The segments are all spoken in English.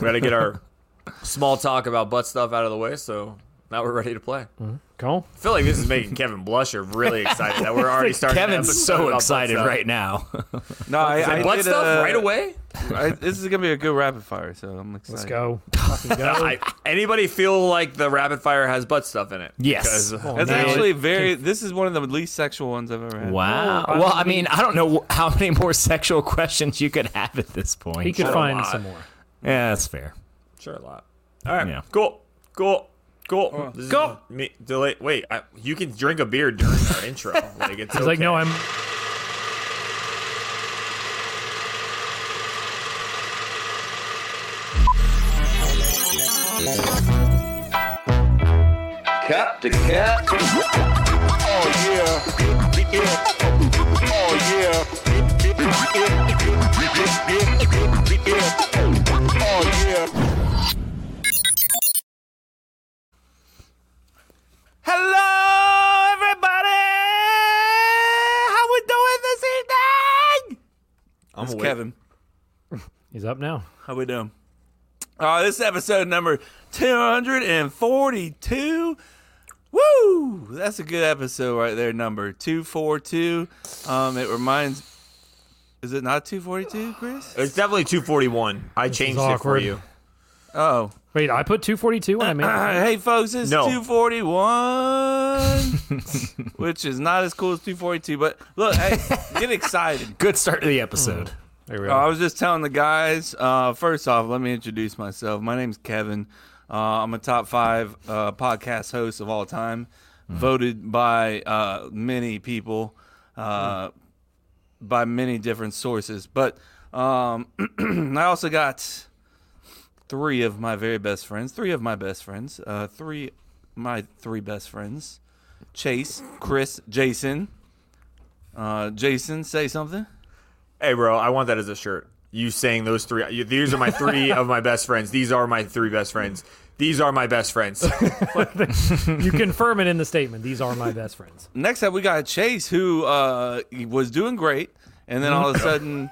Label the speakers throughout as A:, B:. A: We got to get our small talk about butt stuff out of the way, so now we're ready to play.
B: Cool.
A: I feel like this is making Kevin blusher really excited that we're already starting. an
C: Kevin's
A: episode
C: so
A: about butt
C: excited
A: stuff.
C: right now.
D: No, I, I
A: Butt
D: did,
A: stuff
D: uh,
A: right away.
D: I, this is gonna be a good rapid fire, so I'm excited.
B: Let's go. Fucking go.
A: I, anybody feel like the rapid fire has butt stuff in it? uh,
C: Yes.
A: Because-
B: Well,
D: That's
B: now
D: actually very. This is one of the least sexual ones I've ever had.
C: Wow.
B: Oh, I
C: well, I
B: mean-
C: mean, I don't know wh- how many more sexual questions you could have at this point.
B: he could
A: a
B: find
A: lot.
B: some more.
C: yeah, that's fair.
A: Sure, a lot. Oh. All right,
C: Yeah.
A: cool, cool, cool. This is
C: Cool.
A: Me, delay. Wait, I, you can drink a beer during our intro. Like it's
B: He's like,
A: okay.
B: no, I'm.
E: Cap to cap. Oh yeah. Oh yeah. Oh yeah.
C: Hello, everybody. How we doing this evening?
A: I'm
D: It's
A: awake.
D: Kevin.
B: He's up now.
D: How we doing? Uh, this is episode number 242. Woo! That's a good episode right there, number 242. Um, it reminds. Is it not 242, Chris?
A: It's definitely 241. I changed it for
B: awkward.
A: you.
D: Oh.
B: Wait, I put 242 when I made it.
D: hey, folks, it's
A: No.
D: 241, which is not as cool as 242, but look, hey, get excited.
C: Good start to the episode.
B: There we
D: Uh, I
B: are.
D: was just telling the guys. Uh, first off, let me introduce myself. My name's Kevin. Uh, I'm a top five uh, podcast host of all time, voted by uh, many people, uh, by many different sources. But um, I also got three of my very best friends. Three of my best friends. Uh, three, my three best friends: Chase, Chris, Jason. Uh, Jason, say something.
A: Hey, bro, I want that as a shirt. You saying those three? you- These are my three of my best friends. These are my three best friends. These are my best friends.
B: you confirm it in the statement. These are my best friends.
D: next up we got Chase, who uh, was doing great, and then all of a sudden,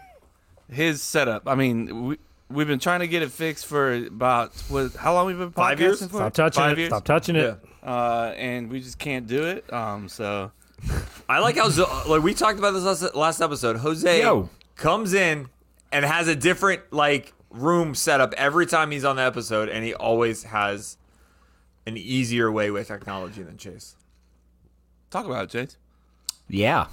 D: his setup. I mean, we we've been trying to get it fixed for about what, how long we've been podcasting
A: Five years?
D: for?
B: Stop touching
D: Five
B: it.
D: years?
B: Stop touching it.
D: Uh, and we just can't do it. Um, so
A: I like how Zo- like we talked about this last, last episode. Jose
C: Yo.
A: comes in and has a different like room setup every time he's on the episode, and he always has an easier way with technology than Chase.
D: talk about it, Chase.
C: Yeah.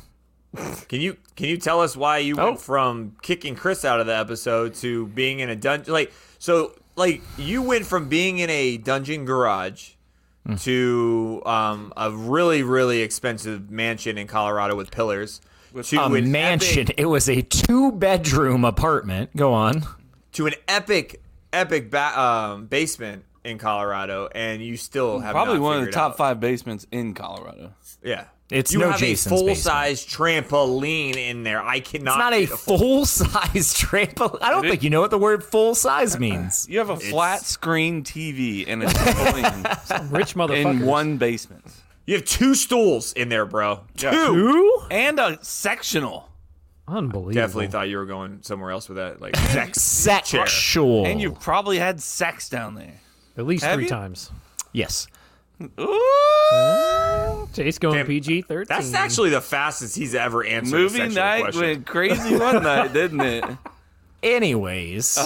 A: Can you can you tell us why you
C: Oh.
A: went from kicking Chris out of the episode to being in a dungeon? Like so, like you went from being in a dungeon garage
C: Hmm.
A: to um, a really really expensive mansion in Colorado with pillars to
C: A
A: an
C: mansion.
A: epic-
C: It was a two bedroom apartment. Go on.
A: to an epic epic ba- um, basement in Colorado, and you still have
D: Probably
A: not
D: one of the
A: figured
D: top
A: out-
D: five basements in Colorado.
A: Yeah,
C: It's
A: you
C: no
A: have
C: Jason's
A: a full size trampoline in there. I cannot.
C: It's not a
A: get
C: full size trampoline. I don't think you know what the word full size means.
D: You have a flat screen TV and a trampoline
B: Rich motherfuckers.
D: in one basement
A: You have two stools in there, bro. Two.
B: Two?
D: and a sectional,
B: Unbelievable.
D: Mm-hmm.
A: Definitely thought you were going somewhere else with that. Like sex.
C: Sexual.
D: and you
B: Oh.
D: probably had sex down there.
B: At least
D: Have
B: three
D: you?
B: times.
C: yes.
D: Ooh.
B: Chase going
A: Damn.
B: PG 13.
A: That's actually the fastest he's ever answered a
D: Movie
A: sexual
D: night
A: question.
D: went crazy one night, didn't it?
C: Anyways,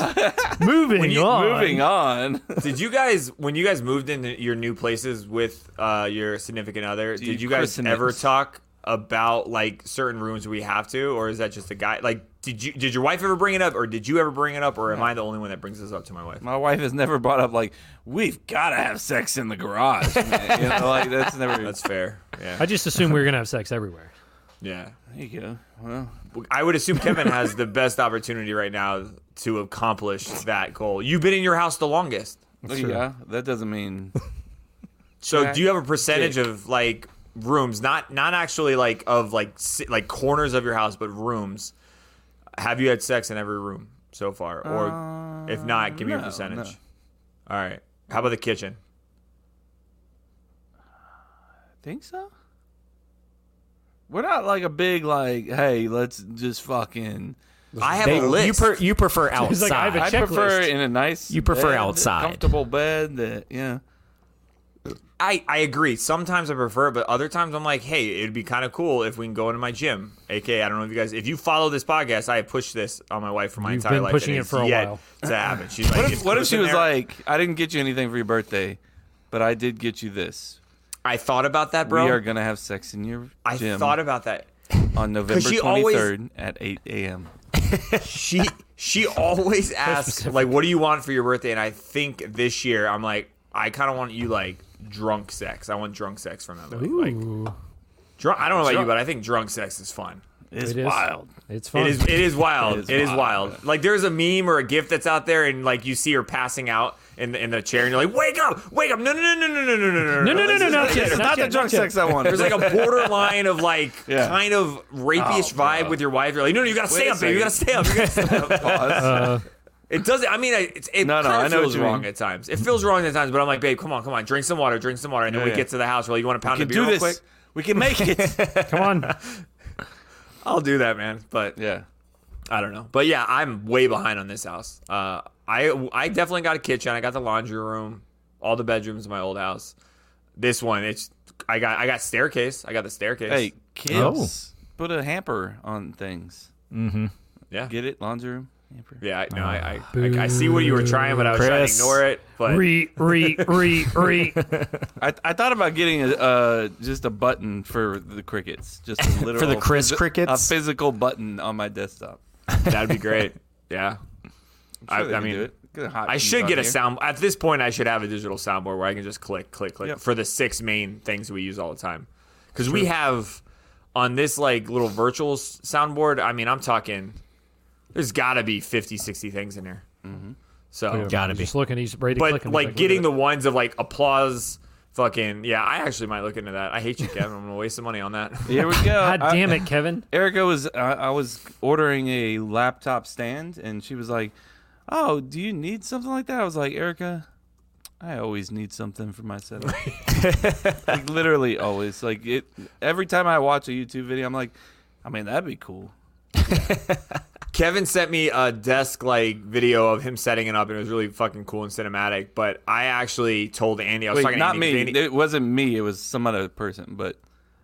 B: moving on.
D: Moving on.
A: Did you guys, when you guys moved into your new places with uh, your significant other, did you guys
D: christen
A: ever
D: this?
A: talk about like certain rooms we have to, or is that just a guy? Like, did you did your wife ever bring it up, or did you ever bring it up, or am I the only one that brings this up to my wife?
D: My wife has never brought up like we've got to have sex in the garage. Man. You know, like that's never.
A: That's fair. Yeah,
B: I just assumed we were going to have sex everywhere.
A: yeah.
D: there you go. Well,
A: I would assume Kevin has the best opportunity right now to accomplish that goal. You've been in your house the longest.
D: yeah, that doesn't mean.
A: So do you have a percentage of like rooms, not not actually like of like si- like corners of your house, but rooms? Have you had sex in every room so far, or
D: Uh,
A: if not, give me a
D: Um, no,
A: percentage.
D: no.
A: All right. How about the kitchen?
D: Think so? We're not like a big like. Hey, let's just fucking
A: I have
C: They-
A: a list.
C: You, per, you prefer
B: He's
C: outside.
B: like, I have a
D: I
B: checklist.
D: prefer in a nice.
C: You prefer
D: bed,
C: outside.
D: comfortable bed. That yeah.
A: I, I agree. Sometimes I prefer it, but other times I'm like, hey, it'd be kind of cool if we can go into my gym. AK, I don't know if you guys, if you follow this podcast, I have pushed this on my wife for my
B: You've
A: entire
B: been
A: life.
B: pushing
A: and
B: it
A: it's
B: for a
A: yet
B: while.
A: To happen. She's like,
D: What if,
A: "It's
D: what
A: cool,
D: if
A: it's
D: she
A: in
D: was
A: there."
D: like, I didn't get you anything for your birthday, but I did get you this.
A: I thought about that, bro.
D: we are gonna have sex in your
A: I
D: gym
A: thought about that.
D: on November
A: she
D: 23rd
A: always-
D: at 8 a.m.
A: She she always asks like, "What do you want for your birthday?" And I think this year I'm like, I kind of want you like drunk sex. I want drunk sex from Emily. Like,
B: Ooh,
A: drunk. I don't know about you, but I think drunk sex is fun.
D: It's
B: it is It's fun.
A: It is it is wild.
D: It is
A: It is
D: wild.
A: wild. Like there's a meme or a gif that's out there, and like you see her passing out in the, in the chair, and you're like, "Wake up! Wake up! No no no no no no no no
B: no, no, no,
A: This
B: no,
A: is
B: no,
A: like-
B: yet,
D: It's not the
B: yet,
D: drunk
B: yet.
D: sex I wanted.
A: There's like a borderline of like
D: Yeah.
A: kind of rapeish
D: Oh,
A: vibe
D: God.
A: with your wife. You're like, no, no, you gotta
D: Wait
A: stay
D: a
A: up, baby. You gotta stay up. You gotta stay up. It doesn't. I mean, I- it's, it
D: No, no,
A: kind
D: I
A: of
D: know what
A: feels
D: you mean.
A: wrong at times. It feels wrong at times, but I'm like, babe, come on, come on, drink some water, drink some water, and then
D: Yeah,
A: we
D: yeah.
A: get to the house. We're like, you want to pound
D: We
A: a
D: can
A: beer
D: do
A: real
D: this.
A: quick?
D: We can make it.
B: Come on.
A: I'll do that, man. But
D: yeah.
A: I don't know. But yeah, I'm way behind on this house. Uh, I I definitely got a kitchen. I got the laundry room, all the bedrooms in my old house. This one, it's I got I got staircase. I got the staircase.
D: Hey, kids, put a hamper on things.
A: yeah,
D: Get it? Laundry room? Hamper.
A: yeah. I, no, I, I I I see what you were trying, but I was trying to
C: Chris.
A: ignore it. But
B: Re, re, re, re.
D: I, I thought about getting a, uh, just a button for the crickets. Just a literal.
C: Chris crickets?
D: A physical button on my desktop.
A: that'd be great. Yeah.
D: Sure, they
A: I, I
D: can do
A: mean,
D: it. Get a hot
A: I
D: piece
A: should
D: on
A: get a
D: here.
A: sound. At this point, I should have a digital soundboard where I can just click, click, click
D: Yep.
A: for the six main things we use all the time. Because we have on this like little virtual s- soundboard. I mean, I'm talking. There's got to be 50, 60 things in here.
D: Mm-hmm.
A: So,
C: Gotta be.
B: Just looking. He's ready to click
A: but
B: him.
A: like getting the ones of like applause, fucking yeah. I actually might look into that. I hate you, Kevin. I'm gonna waste some money on that.
D: Here we go.
B: God
D: I-
B: damn it, Kevin.
D: Erica was uh, I was ordering a laptop stand and she was like, "Oh, do you need something like that?" I was like, "Erica, I always need something for my setup." like literally always. Like it every time I watch a YouTube video, I'm like, "I mean, that'd be cool."
A: Kevin sent me a desk like video of him setting it up, and it was really fucking cool and cinematic. But I actually told Andy, I was
D: Wait,
A: talking
D: not
A: to
D: me.
A: Andy. Andy-
D: It wasn't me. It was some other person, but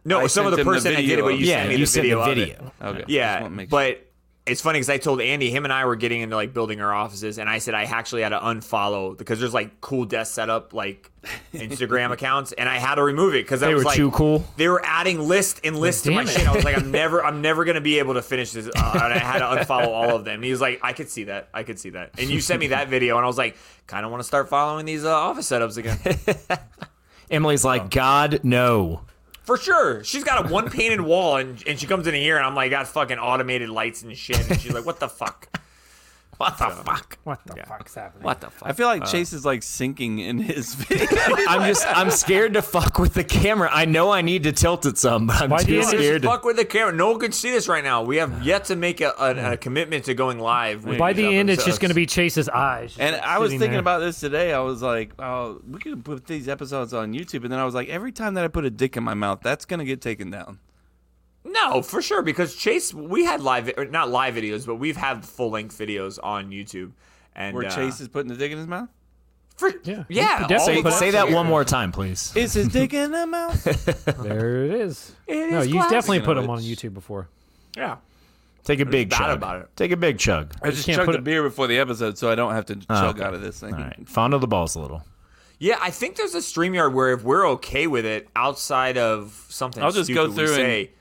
A: no,
D: I
A: some
D: sent
A: of the
D: him the
A: person that did it,
D: video
A: but
D: of
A: you
D: it.
A: sent me the video. of it.
D: okay. Just
A: Yeah,
D: wanna make sure.
A: but it's funny because I told Andy, him and I were getting into like building our offices, and I said I actually had to unfollow because there's like cool desk setup like Instagram accounts, and I had to remove it because I
C: They
A: was
C: were
A: like
C: too cool?
A: They were adding list and list to my
B: Damn it.
A: shit. I was like, I'm never, I'm never gonna be able to finish this, uh, and I had to unfollow all of them. And he was like, I could see that, I could see that, and you sent me that video, and I was like, kind of want to start following these uh, office setups again.
C: Emily's like, God, no.
A: For sure. She's got a one painted wall and, and she comes in here and I'm like, got fucking automated lights and shit. And she's like, what the fuck?
C: What the fuck?
B: What the fuck's happening?
C: What the fuck?
D: I feel like
A: uh,
D: Chase is like sinking in his video.
C: I'm just, I'm scared to fuck with the camera. I know I need to tilt it some, but I'm
B: Why do
C: too
B: you
A: Just
C: scared. to-
A: fuck with the camera. No one can see this right now. We have yet to make a, a, a commitment to going live. With
B: Hmm. By
A: these
B: the end, it's just going
A: episodes.
B: to be Chase's eyes. just,
D: And
B: like,
D: I was
B: sitting
D: thinking
B: there.
D: about this today. I was like, oh, we could put these episodes on YouTube. And then I was like, every time that I put a dick in my mouth, that's going to get taken down.
A: No, for sure. Because Chase, we had live, or not live videos, but we've had full length videos on YouTube. And
D: Where
A: uh,
D: Chase is putting the dick in his mouth?
A: For,
B: Yeah.
A: yeah.
B: He
A: Yeah.
B: could
A: all
C: Say,
A: of us
C: say that
A: here.
C: one more time, please.
D: Is his dick in the mouth?
B: There it is.
A: It
B: no,
A: is
B: you
A: glass.
B: definitely
D: Speaking
B: put
D: of
B: him on
D: which-
B: YouTube before.
A: Yeah.
C: Take a big
A: bad
C: chug.
A: about it.
C: Take a big chug.
D: I just
B: can't
D: chugged
B: put
D: a
B: it- Oh,
D: beer before the episode so I don't have to chug
C: okay.
D: out of this thing.
C: All right. Fondle the balls a little.
A: Yeah, I think there's a StreamYard where if we're okay with it outside of something
D: I'll just go
A: stupid we
D: through and
A: say,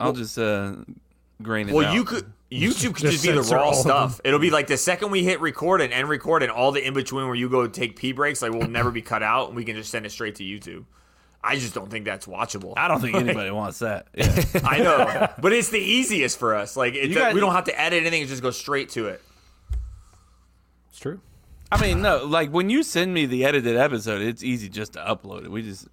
D: I'll just uh, grain it
A: Well,
D: out.
A: you could YouTube could
B: Just
A: just be the
B: censor all
A: raw
B: of them.
A: stuff. It'll be like the second we hit record and end record and all the in between where you go take pee breaks, like will never be cut out, and we can just send it straight to YouTube. I just don't think that's watchable.
D: I don't think anybody wants that. Yeah.
A: I know, but it's the easiest for us. Like it,
D: You
A: do-
D: guys-
A: we don't have to edit anything; it just goes straight to it.
B: It's true.
D: I mean, no, like when you send me the edited episode, it's easy just to upload it. We just,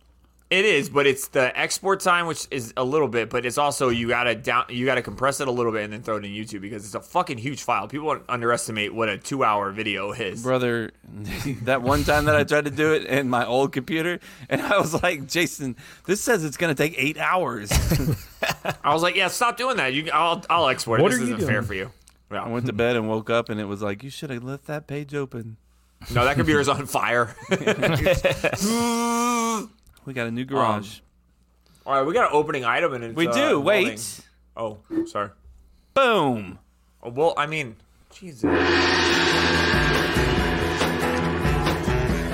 A: It is, but it's the export time, which is a little bit, but it's also you gotta down, you gotta compress it a little bit and then throw it in YouTube because it's a fucking huge file. People underestimate what a two-hour video is.
D: brother that one time that i tried to do it in my old computer and i was like jason this says it's going to take eight hours
A: I was like, yeah, stop doing that. You, I'll, I'll export it.
B: What
A: This
B: are you
A: isn't fair
B: doing?
A: for you. Yeah.
D: I went to bed and woke up, and it was like, you should have left that page open.
A: No, that computer's on fire.
D: We got a
A: Um,
D: new garage.
A: All right, we got an opening item, and it's,
D: we
A: uh,
D: do. Wait.
A: involving- Oh, sorry.
D: Boom.
A: Oh, well, I mean, Jesus.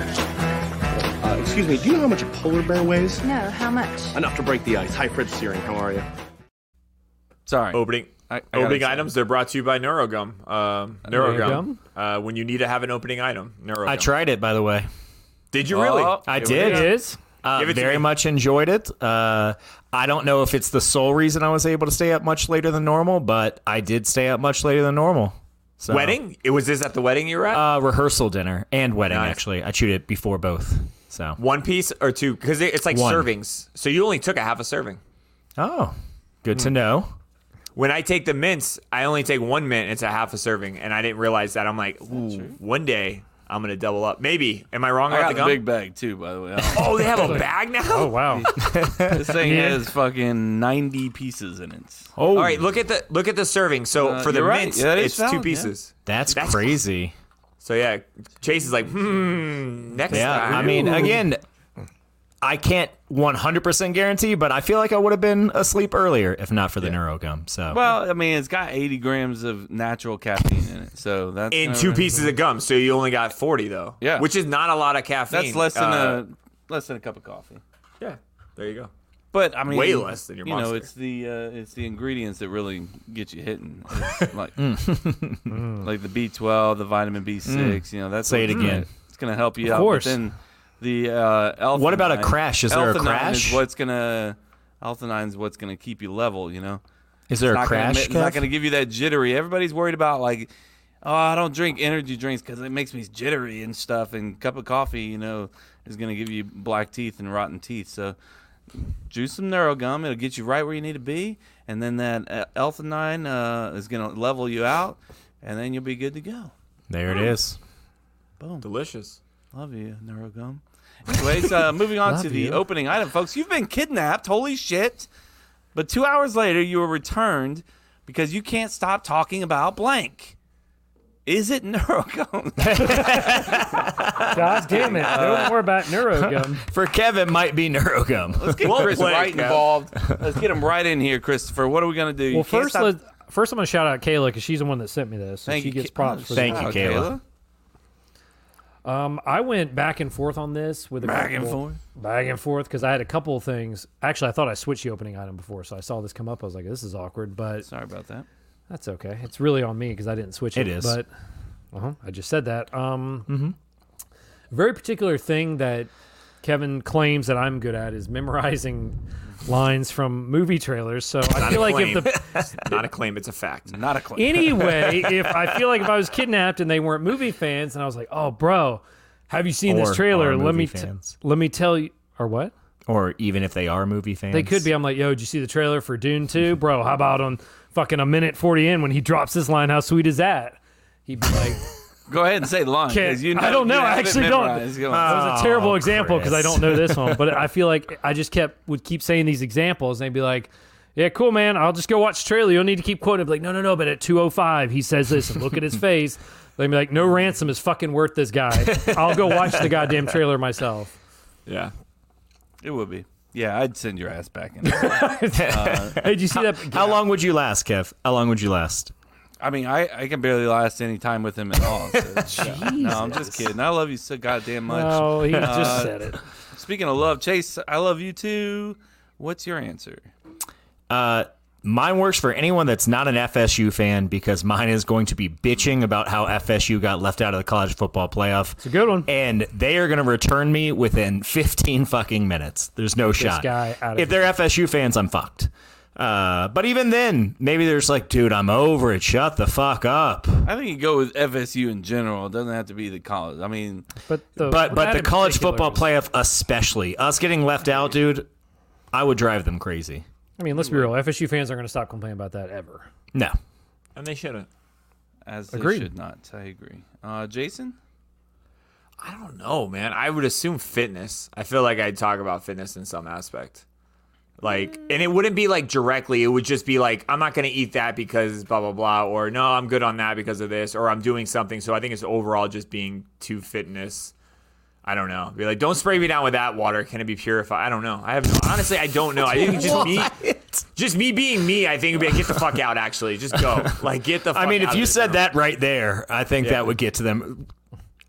F: Uh, excuse me, do you know how much a polar bear weighs?
G: No, how much?
F: Enough to break the ice. Hi, Fred Searing. How are you?
D: Sorry.
A: Opening.
D: I- I gotta
A: opening
D: say-
A: items. They're brought to you by Neurogum. Um, Neurogum. Uh, when you need to have an opening item, Neurogum.
C: I tried it, by the way.
A: Did you really?
D: Oh.
C: I
D: Here we
C: did.
B: It is.
C: Uh,
A: Give it to
C: very
A: me.
C: much enjoyed it. Uh, I don't know if it's the sole reason I was able to stay up much later than normal, but I did stay up much later than normal. So,
A: Wedding? It was this at the wedding you were at?
C: Uh, rehearsal dinner and wedding,
A: Nice.
C: actually. I chewed it before both. So,
A: one piece or two? Because it's like
C: One.
A: servings. So you only took a half a serving.
C: oh, good
A: Hmm.
C: to know.
A: When I take the mints, I only take one mint. It's a half a serving, and I didn't realize that. I'm like, ooh, one day I'm gonna double up. Maybe. Am I wrong
D: I
A: about
D: got
A: the
D: the
A: gum?
D: big bag too, by the way.
A: oh, they have a bag now.
B: Oh wow.
D: this thing has fucking ninety pieces in it.
A: All
C: Oh,
A: right, look at the look at the serving. So
D: Uh,
A: for the
D: you're right.
A: mints,
D: Yeah, that is
A: it's two
D: valid, yeah.
A: pieces.
C: that's,
A: That's-
C: crazy.
A: So yeah, Chase is like, hmm, next
C: Yeah,
A: time.
C: I mean, again, I can't 100% guarantee, but I feel like I would have been asleep earlier if not for the neuro neurogum. So,
D: Well, I mean, it's got eighty grams of natural caffeine in it, so that's
A: in
D: gonna-
A: two pieces of gum, so you only got forty though.
D: uh, Yeah.
A: which is not a lot of caffeine.
D: That's less than
A: Uh,
D: a less than a cup of coffee.
A: yeah. There you go.
D: But I mean,
A: Way less than your
D: You know,
A: Monster.
D: it's the uh, it's the ingredients that really get you hitting, It's like like the B twelve, the vitamin B six. You know, that's
C: Mm. Say
D: what's
C: it
D: gonna-
C: again.
D: it's going to help you out.
B: course.
D: But then the uh, alpha.
C: What about a crash? Is there a crash?
D: Is what's going to alpha nine's what's going to keep you level. You know,
C: is there a
D: not Gonna,
C: crash?
D: it's not
C: Kev?
D: going to give you that jittery. Everybody's worried about like, oh, I don't drink energy drinks because it makes me jittery and stuff. And cup of coffee, you know, is going to give you black teeth and rotten teeth. So juice some neurogum. It'll get you right where you need to be. And then that uh, L9 uh, is going to level you out, and then you'll be good to go.
C: There it is.
A: Delicious.
D: Love you, neurogum. Anyways, uh, moving on
C: Love
D: to the
C: you.
D: opening item, folks. You've been kidnapped. Holy shit. But two hours later, you were returned because you can't stop talking about blank. Is it neurogum?
B: God damn it.
D: Uh,
B: Don't worry about neurogum.
C: For Kevin, might be neurogum.
D: Let's get
A: Well
D: Chris
A: played,
D: Wright
A: Kev.
D: involved. Let's get him right in here, Christopher. What are we going to do? You
B: Well,
D: can't
B: first,
D: stop-
B: let, first I'm gonna shout out Kayla because she's the one that sent me this. So
D: Thank
B: she
D: you,
B: gets
D: Ke-
B: props
D: Oh,
B: for
C: Thank
B: that.
C: you,
D: shout out,
C: Kayla.
B: Um, I went back and forth on this with a
D: Back and
B: couple-
D: forth.
B: back and forth because I had a couple of things. Actually, I thought I switched the opening item before, so I saw this come up. I was like, "This is awkward," but
D: Sorry about that.
B: that's okay. It's really on me because I didn't switch it.
C: It is. Mm-hmm.
B: but uh I just said that. Um, very particular thing that Kevin claims that I'm good at is memorizing lines from movie trailers. So I feel like if the
A: Not a claim, it's a fact.
D: Not a clip.
B: anyway, if I feel like if I was kidnapped and they weren't movie fans, and I was like, "Oh, bro, have you seen
C: Or
B: this trailer?
C: are
B: Let
C: movie
B: me t-
C: fans.
B: let me tell you." Or what?
C: or even if they are movie fans,
B: They could be. I'm like, "Yo, did you see the trailer for Dune 2, bro? How about on fucking a minute forty in when he drops this line? How sweet is that?" He'd be like,
D: Go ahead and say the line. 'cause you know,
B: I don't
D: you
B: know. I
D: have it
B: actually don't. Uh,
D: memorized. Go on.
B: That was a terrible
C: Oh,
B: example because I
C: Chris.
B: don't know this one, but I feel like I just kept would keep saying these examples, and they'd be like, "Yeah, cool, man. I'll just go watch the trailer. You'll need to keep quoting." I'd be like, "No, no, no." But at two o five, he says this, and look at his face. They'd be like, "No ransom is fucking worth this guy. I'll go watch the goddamn trailer myself."
A: Yeah.
D: It would be. Yeah, I'd send your ass back in.
B: Hey, did you see that?
C: How long would you last, Kev? How long would you last?
D: I mean, I, I can barely last any time with him at all. so- no, I'm just kidding. I love you so goddamn much.
B: Oh, he just said it.
D: Speaking of love, Chase, I love you too. What's your answer?
C: Mine works for anyone that's not an FSU fan because mine is going to be bitching about how FSU got left out of the college football playoff. It's
B: a good one.
C: And they are going to return me within 15 fucking minutes. There's no shot.
B: guy out of
C: if they're FSU fans, I'm fucked. Uh, but even then, maybe there's like, dude, I'm over it. Shut the fuck up.
D: I think you go with FSU in general. It doesn't have to be the college. I mean,
B: But the,
C: But but
B: that
C: the
B: in
C: college
B: particular
C: football
B: was-
C: playoff, especially us getting left out, dude, I would drive them crazy.
B: I mean, let's be real. FSU fans aren't going to stop complaining about that ever.
C: No,
A: And they shouldn't.
D: as they
B: Agreed.
D: should not. I agree. Uh, Jason,
A: I don't know, man. I would assume fitness. I feel like I'd talk about fitness in some aspect. Like, and it wouldn't be like directly. It would just be like, I'm not going to eat that because blah blah blah, or no, I'm good on that because of this, or I'm doing something. So I think it's overall just being too fitness. I don't know. Be like, don't spray me down with that water. Can it be purified? I don't know. I have no, honestly, I don't know. I think just me, just me being me. I think would be like, get the fuck out. Actually, just go. Like, get the. Fuck
C: I mean,
A: out
C: if
A: of
C: you
A: this
C: said
A: room.
C: that right there, I think that would get to them.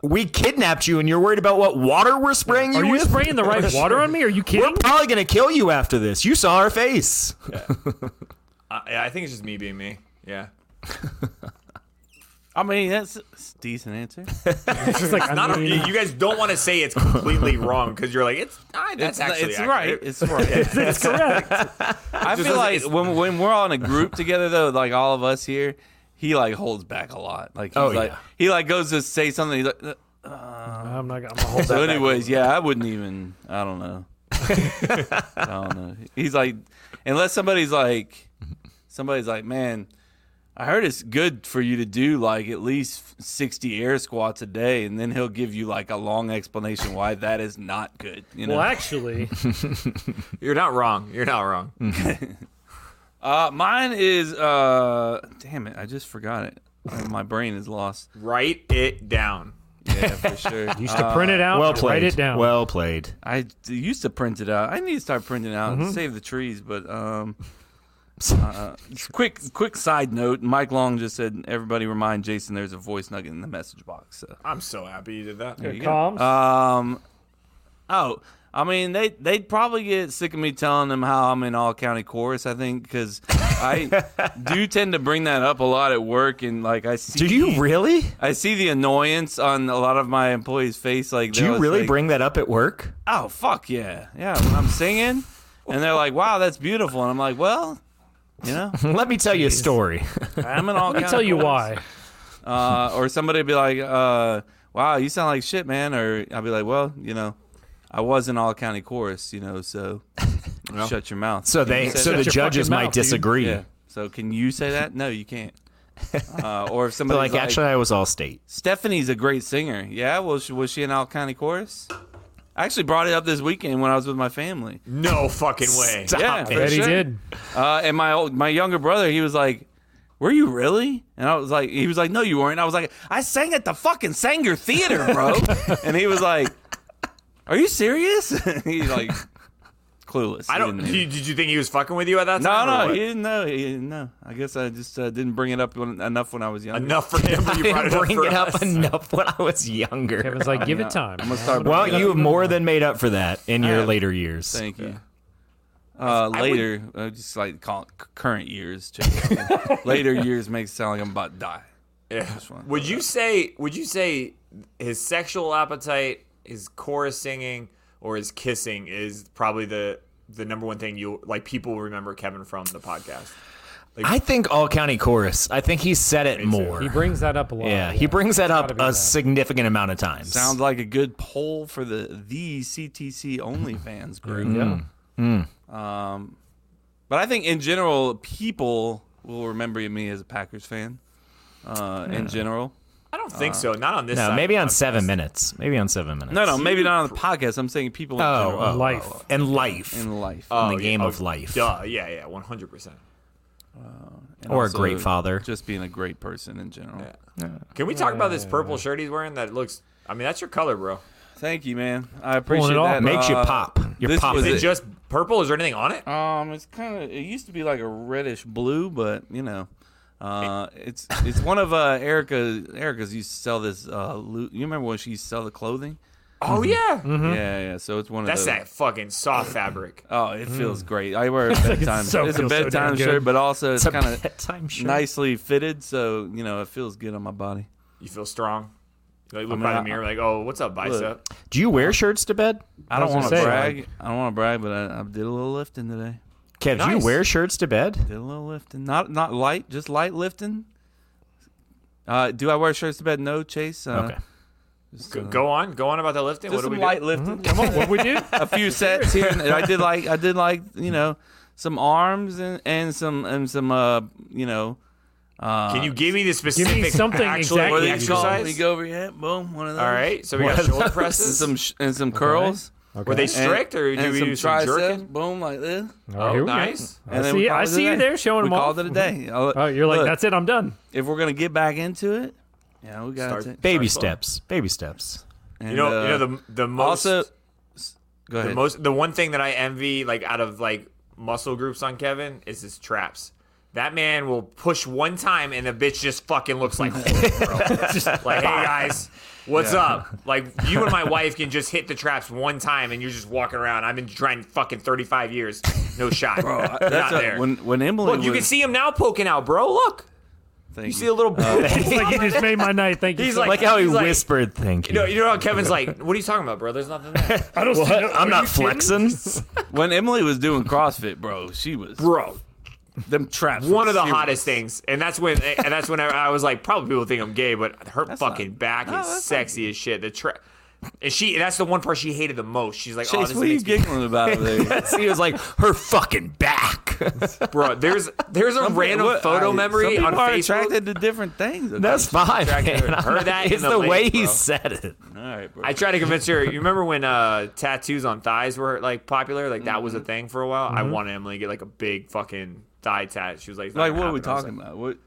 C: We kidnapped you, and you're worried about what water we're spraying
B: Are
C: you
B: you
C: with.
B: spraying the right water on me? Are you
C: we're
B: kidding?
C: probably gonna kill you after this. You saw our face.
A: I- Uh, yeah, I think it's just me being me. Yeah,
D: I mean, that's that's a decent answer.
B: It's like, I
A: not.
B: mean,
A: you guys don't want to say it's completely wrong because you're like, it's. ah, that's actually
D: it's
A: accurate.
D: right. It's right.
B: that's correct.
D: I feel
A: doesn't-
D: like
A: it's-
D: when when we're on a group together though, like all of us here, he like holds back a lot. Like he's
C: Oh,
D: like
C: yeah.
D: he like goes to say something. He's like, "Uh."
B: I'm not. I'm gonna hold
D: so
B: that.
D: anyways, yeah, I wouldn't even. I don't know. I don't know. He's like, unless somebody's like, somebody's like, man, I heard it's good for you to do like at least sixty air squats a day, and then he'll give you like a long explanation why that is not good. You know.
B: Well, actually,
A: You're not wrong. You're not wrong.
C: Hmm.
D: Uh, mine is uh, damn it, I just forgot it. Uh, My brain is lost. Uh,
A: Write it down.
D: Yeah, for sure.
B: you used to print it out.
C: Well
B: and Write
C: played.
B: it down.
C: Well played.
D: I d- used to print it out. I need to start printing out
C: Mm-hmm.
D: and save the trees. But um, uh, quick, quick side note: Mike Long just said, "Everybody remind Jason there's a voice nugget in the message box." So
A: I'm so happy you did that.
D: there you go.
B: Comms?
D: Um, oh, I mean they they'd probably get sick of me telling them how I'm in all county chorus. I think because I do tend to bring that up a lot at work, and like I see.
C: Did you really?
D: I see the annoyance on a lot of my employees' face. Like,
C: Do
D: they're
C: you
D: always
C: really
D: like,
C: bring that up at work?
D: Oh fuck yeah, yeah. When I'm singing, and they're like, "Wow, that's beautiful," and I'm like, "Well, you know,
C: Let me tell you a story.
D: I'm an all."
B: Let me tell you why.
D: Uh, or somebody would be like, uh, "Wow, you sound like shit, man," or I'll be like, "Well, you know." I was an all county chorus, you know, so shut your mouth.
C: So
D: Can
C: they,
D: you say
C: so
D: that?
C: the
B: your
C: judges
B: fucking
C: might
B: mouth, dude.
C: disagree.
D: yeah. So can you say that? No, you can't. Uh, or if
C: But
D: somebody
C: like, actually, I was all state.
D: Stephanie's a great singer. Yeah, well, she, was she in Al County Chorus? I actually brought it up this weekend when I was with my family.
A: No fucking way.
C: Stop
D: yeah,
C: it.
D: for
B: That he
D: sure.
B: did.
D: Uh, and my old, my younger brother, he was like, "Were you really?" And I was like, "He was like, no, you weren't." I was like, "I sang at the fucking Sanger Theater, bro." and he was like, "Are you serious?" He's like, clueless.
A: I
D: He
A: don't.
D: didn't
A: Did, did you think he was fucking with you at that
D: no,
A: time? or
D: no,
A: what?
D: he didn't know. He didn't know. I guess I just uh, didn't bring it up when, enough when I was young.
A: Enough for him. But you brought it up
C: Bring
A: for
C: it up
A: us.
C: enough when I was younger.
B: Kevin's like, give it time.
D: I'm gonna start.
C: well,
D: bringing it
C: you
D: up.
C: have more than made up for that in your
D: Yeah.
C: later years.
D: Thank you. Uh, later, uh, just like call c- current years. too. later years makes it sound like I'm about to die.
A: Yeah.
D: wanna
A: Would you say? Would you say his sexual appetite, his chorus singing, or his kissing is probably the the number one thing you like? People remember Kevin from the podcast.
C: I think all county chorus. I think he said it more.
B: He brings that up a lot.
C: yeah, he brings that up
B: gotta
C: a
B: be that.
C: significant amount of times.
D: Sounds like a good poll for the the CTC OnlyFans group. Um, but I think in general, people will remember me as a Packers fan. Uh, In general,
A: I don't think so. Not on this.
C: Uh, no,
A: side
C: maybe
A: of
C: on
A: the
C: seven minutes. Maybe on seven minutes.
D: no, no, maybe not on the podcast. I'm saying people in,
C: Oh, Uh,
D: general,
C: oh,
B: Life.
C: oh, oh. and life,
D: in life,
A: podcast.
C: in the
A: Oh,
C: game
A: yeah.
C: of
A: Oh,
C: life,
A: Duh. Yeah. Yeah. One hundred percent.
D: And
C: or a
D: also
C: great father.
D: Just being a great person in general.
A: Can we talk about this purple shirt he's wearing? That looks. I mean, that's your color, bro.
D: Thank you, man. I appreciate
B: off.
D: that.
C: Makes you
D: Uh,
C: pop. You're
D: this was
A: Is
C: popping.
A: it just purple? Is there anything on it?
D: Um, it's kind of it used to be like a reddish blue, but you know, uh, it's it's one of uh Erica Erica's used to sell this uh lu- you remember when she used to sell the clothing?
A: Oh yeah.
D: Yeah, yeah. So it's one of
A: That's
D: those.
A: that fucking soft fabric.
D: Oh, it feels great. I wear a bedtime.
B: so-
D: it's a
B: feels so
D: bedtime
B: damn good.
D: shirt, but also it's
C: It's a
D: kind of
C: bedtime shirt.
D: nicely fitted, so you know it feels good on my body.
A: You feel strong. You like look
D: mean,
A: by
D: I-
A: the mirror, like, oh, what's up, bicep?
D: Look.
C: Do you wear shirts to bed?
D: I don't
B: was
D: want
B: gonna
D: to
B: say,
D: brag. I don't want to brag, but I, I did a little lifting today.
C: Kev, do you
A: Nice.
C: wear shirts to bed?
D: Did a little lifting. Not not light, just light lifting. Uh, do I wear shirts to bed? No, Chase. Uh,
C: Okay.
A: Go, go on, go on about the lifting.
D: Just
A: what do we
D: some
A: do?
D: light lifting. Come on,
B: What we do?
D: Mm-hmm. a few sets here. And I did like I did like you know some arms and, and some and some uh you know uh
A: Can you give me the specific
B: something
A: actual
B: exactly
D: what
B: the
D: do you call it?
A: exercise?
D: You go over your head, boom, one of those.
A: All right, so we got shoulder presses.
D: and some sh- and some curls.
A: Were they
D: And-
A: strict or
D: and
A: do we
D: some
A: do some
D: triceps,
A: jerking?
D: boom, like this.
B: Oh, here we go.
A: nice.
B: I
D: then
B: see-
D: we called
B: I
D: it a
B: see you
D: day.
B: there showing
D: we
B: 'em off.
D: called it a day.
B: Oh, you're like,
D: Look,
B: that's it. I'm done.
D: If we're gonna get back into it, yeah, we got
A: Start-
D: to.
C: Baby
A: Sorry,
C: steps. Baby steps.
A: You know, you know the the most
D: uh, also go
A: the
D: ahead.
A: most the one thing that I envy like out of like muscle groups on Kevin is his traps. That man will push one time and the bitch just fucking looks like, Just like hey guys, what's up? Like you and my wife can just hit the traps one time and you're just walking around. I've been trying fucking 35 years, no shot.
D: Bro, I-
A: You're
D: that's
A: not
D: a-
A: there.
D: when when Emily
A: Look, you
D: was-
A: can see him now poking out, bro. Look,
D: thank
A: you see a little.
D: Uh,
B: It's like you just made my night. Thank you.
A: He's
B: so
A: like-
C: Like how he
A: He's like-
C: whispered, thank you.
A: you know, you know how Kevin's like, what are you talking about, bro? There's nothing there.
B: much. I don't see no-
C: I'm
B: are
C: not
B: you kidding?
C: flexing.
D: when Emily was doing CrossFit, bro, she was
A: bro.
D: them traps.
A: One
D: were
A: of the
D: serious.
A: hottest things, and that's when, and that's when I, I was like, probably people think I'm gay, but her fucking back is sexy as shit. The tra- and she, and that's the one part she hated the most. She's like, oh,
D: Chase,
A: this
D: what are you
A: makes me,
D: giggling about over there?
C: he was like, her fucking back.
A: bro. There's, there's a random
D: What-
A: photo
D: I-
A: memory
D: some
A: on
D: people are
A: Facebook.
D: attracted to different things. okay?
C: That's fine.
A: Attracted
C: man.
A: her. Her that
C: it's
A: and the
C: the way
A: legs,
C: he
A: bro.
C: said it.
D: all right, bro.
A: I tried to convince her. You remember when uh, tattoos on thighs were like popular? Like that was
D: Mm-hmm.
A: a thing for a while. I wanted Emily to get like a big fucking thigh tat. She was like, it's not
D: like,
A: gonna
D: what are we
A: happen. I was like,
D: talking about? What?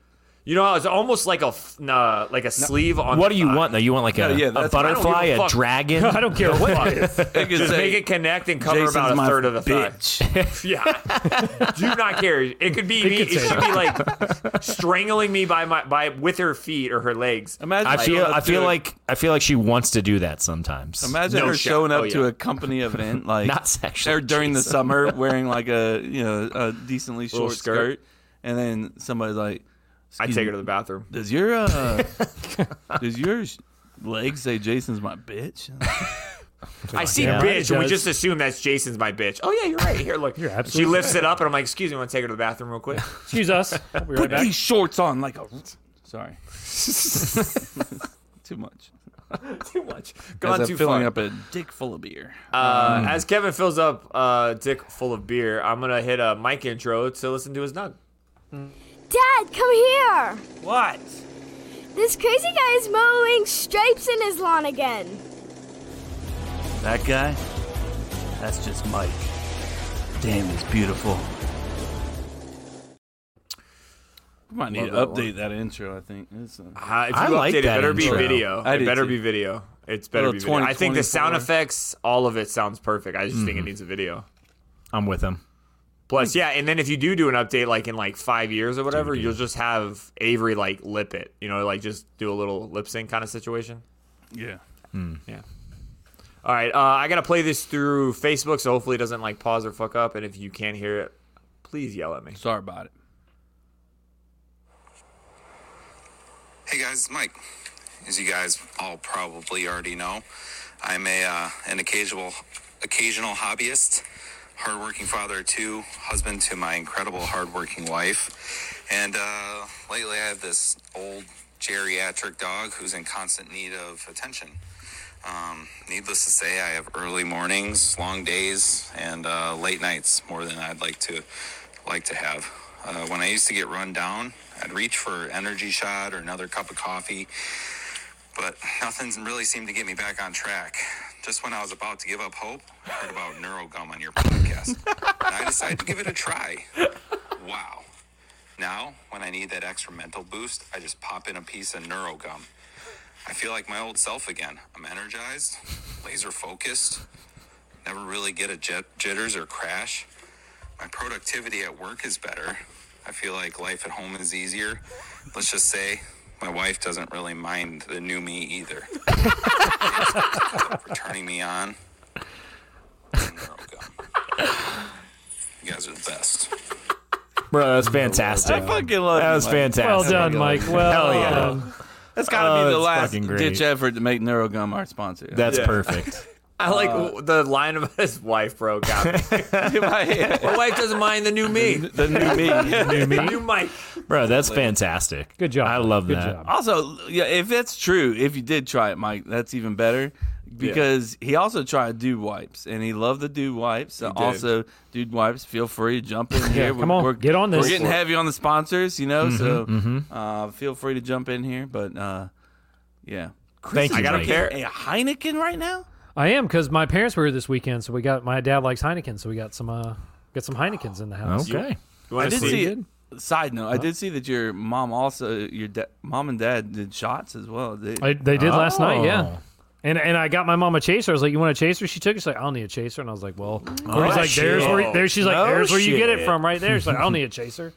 A: You know, it's almost like a f- nah, like a sleeve on.
C: What
A: the
C: do you
A: thigh.
C: want though? You want like a,
D: yeah,
C: a
D: that's-
A: I
C: butterfly,
A: don't give a
C: a
A: fuck.
C: dragon?
B: I don't care what it is.
A: Just make it connect and cover
D: Jason's
A: about a
D: my
A: third of the thigh.
D: bitch.
A: Yeah, do not care. It could be me.
B: could
A: It
B: say
A: should be like strangling me by my by with her feet or her legs.
D: Imagine
C: I feel
D: showing up
C: I feel
D: to a-
C: like I feel like she wants to do that sometimes.
D: imagine
A: No
D: her
A: shit.
D: showing up
A: Oh,
D: to
A: yeah.
D: a company event like
C: Not sexual,
D: or during the
C: Jason.
D: summer wearing like a you know a decently short
A: skirt.
D: skirt. and then somebody's like,
A: I
D: "Excuse
A: take her
D: me,
A: to the bathroom.
D: Does your uh, does your sh- leg say Jason's my bitch?
A: I see
B: yeah. Right,
A: bitch,
B: it
A: and we
B: does.
A: just assume that's Jason's my bitch. Oh yeah, you're right. Here, look.
B: You're
A: she
B: absolutely
A: lifts it up, and I'm like, "Excuse me, want to take her to the bathroom real quick?"
B: Excuse us. I'll be right
D: Put
B: back.
D: these shorts on like a sorry. Too much.
A: too much.
D: As
A: Gone
D: I'm
A: too
D: filling
A: far.
D: up a dick full of beer.
A: uh, As Kevin fills up uh, dick full of beer, I'm gonna hit a mic intro to listen to his nug.
G: Dad, come here!
D: What?
G: This crazy guy is mowing stripes in his lawn again.
D: That guy? That's just Mike. Damn, he's beautiful. We might need to
A: Love that
D: update that intro. I think it's a
A: Uh, if you
C: I like
A: update it,
C: that
A: better be
C: intro.
A: video.
D: I
A: it
D: do
A: better
D: too.
A: be video. It's better
D: Little
A: be video. I think the sound
D: 2024.
A: effects, all of it sounds perfect. I just think it needs a video.
C: I'm with him.
A: Plus, yeah, and then if you do do an update, like in like five years or whatever, you'll just have Avery like lip it, you know, like just do a little lip sync kind of situation.
D: yeah.
A: Yeah. All right, uh, I gotta play this through Facebook, so hopefully it doesn't like pause or fuck up. And if you can't hear it, please yell at me.
D: Sorry about it.
H: Hey guys, it's Mike. As you guys all probably already know, I'm a uh, an occasional occasional hobbyist, hardworking father to husband to my incredible hardworking wife, and uh, lately I have this old geriatric dog who's in constant need of attention. Um, needless to say, I have early mornings, long days, and uh, late nights more than I'd like to like to have. Uh, when I used to get run down, I'd reach for an energy shot or another cup of coffee, but nothing really seemed to get me back on track. Just when I was about to give up hope, I heard about neurogum on your podcast, and I decided to give it a try. Wow. Now, when I need that extra mental boost, I just pop in a piece of neurogum. I feel like my old self again. I'm energized, laser focused, never really get a jit- jitters or crash. My productivity at work is better. I feel like life at home is easier. Let's just say my wife doesn't really mind the new me either. For turning me on. You guys are the best.
C: Bro, that was fantastic.
D: I fucking love
C: that
D: you,
C: was
D: Mike.
C: fantastic.
B: Well done, Mike. Well
C: Hell yeah.
B: done.
D: That's gotta
C: Oh,
D: be the
C: that's
D: last
C: fucking great.
D: ditch effort to make Neurogum our sponsor.
C: That's
A: Yeah.
C: perfect.
A: I like Uh, the line about his wife, bro. Got me. My wife doesn't mind the new me,
D: the new me.
A: the new Mike.
C: Bro, that's fantastic.
B: Good job.
C: I love
B: Good
C: that.
B: job.
D: Also, yeah, if that's true, if you did try it, Mike, that's even better because he also tried dude wipes and he loved the dude wipes. Also, dude wipes, feel free to jump in here.
B: come on, get on this. Mm-hmm,
D: We're getting heavy on the sponsors, you know, so Uh, feel free to jump in here. But uh, yeah, Chris
C: Thank
D: is
C: you,
A: I gotta
C: Mike.
A: care.
D: drinking a Heineken right now.
B: I am because my parents were here this weekend, so we got my dad likes Heineken, so we got some uh got some Heinekens in the house.
C: Okay.
A: You
D: I
A: want to
D: did
A: see?
D: see. Side note, I did see that your mom also your da- mom and dad did shots as well. They,
B: I, they did last night, yeah.
C: Oh.
B: And and I got my mom a chaser. I was like, "You want a chaser?" She took. it. She's like, "I don't need a chaser." And I was like, "Well,"
D: Oh,
B: Corey's like, "There's
C: shit.
B: where there." She's like,
C: No
B: "There's where you get it
C: shit.
B: from, right there." She's like, "I don't need a chaser."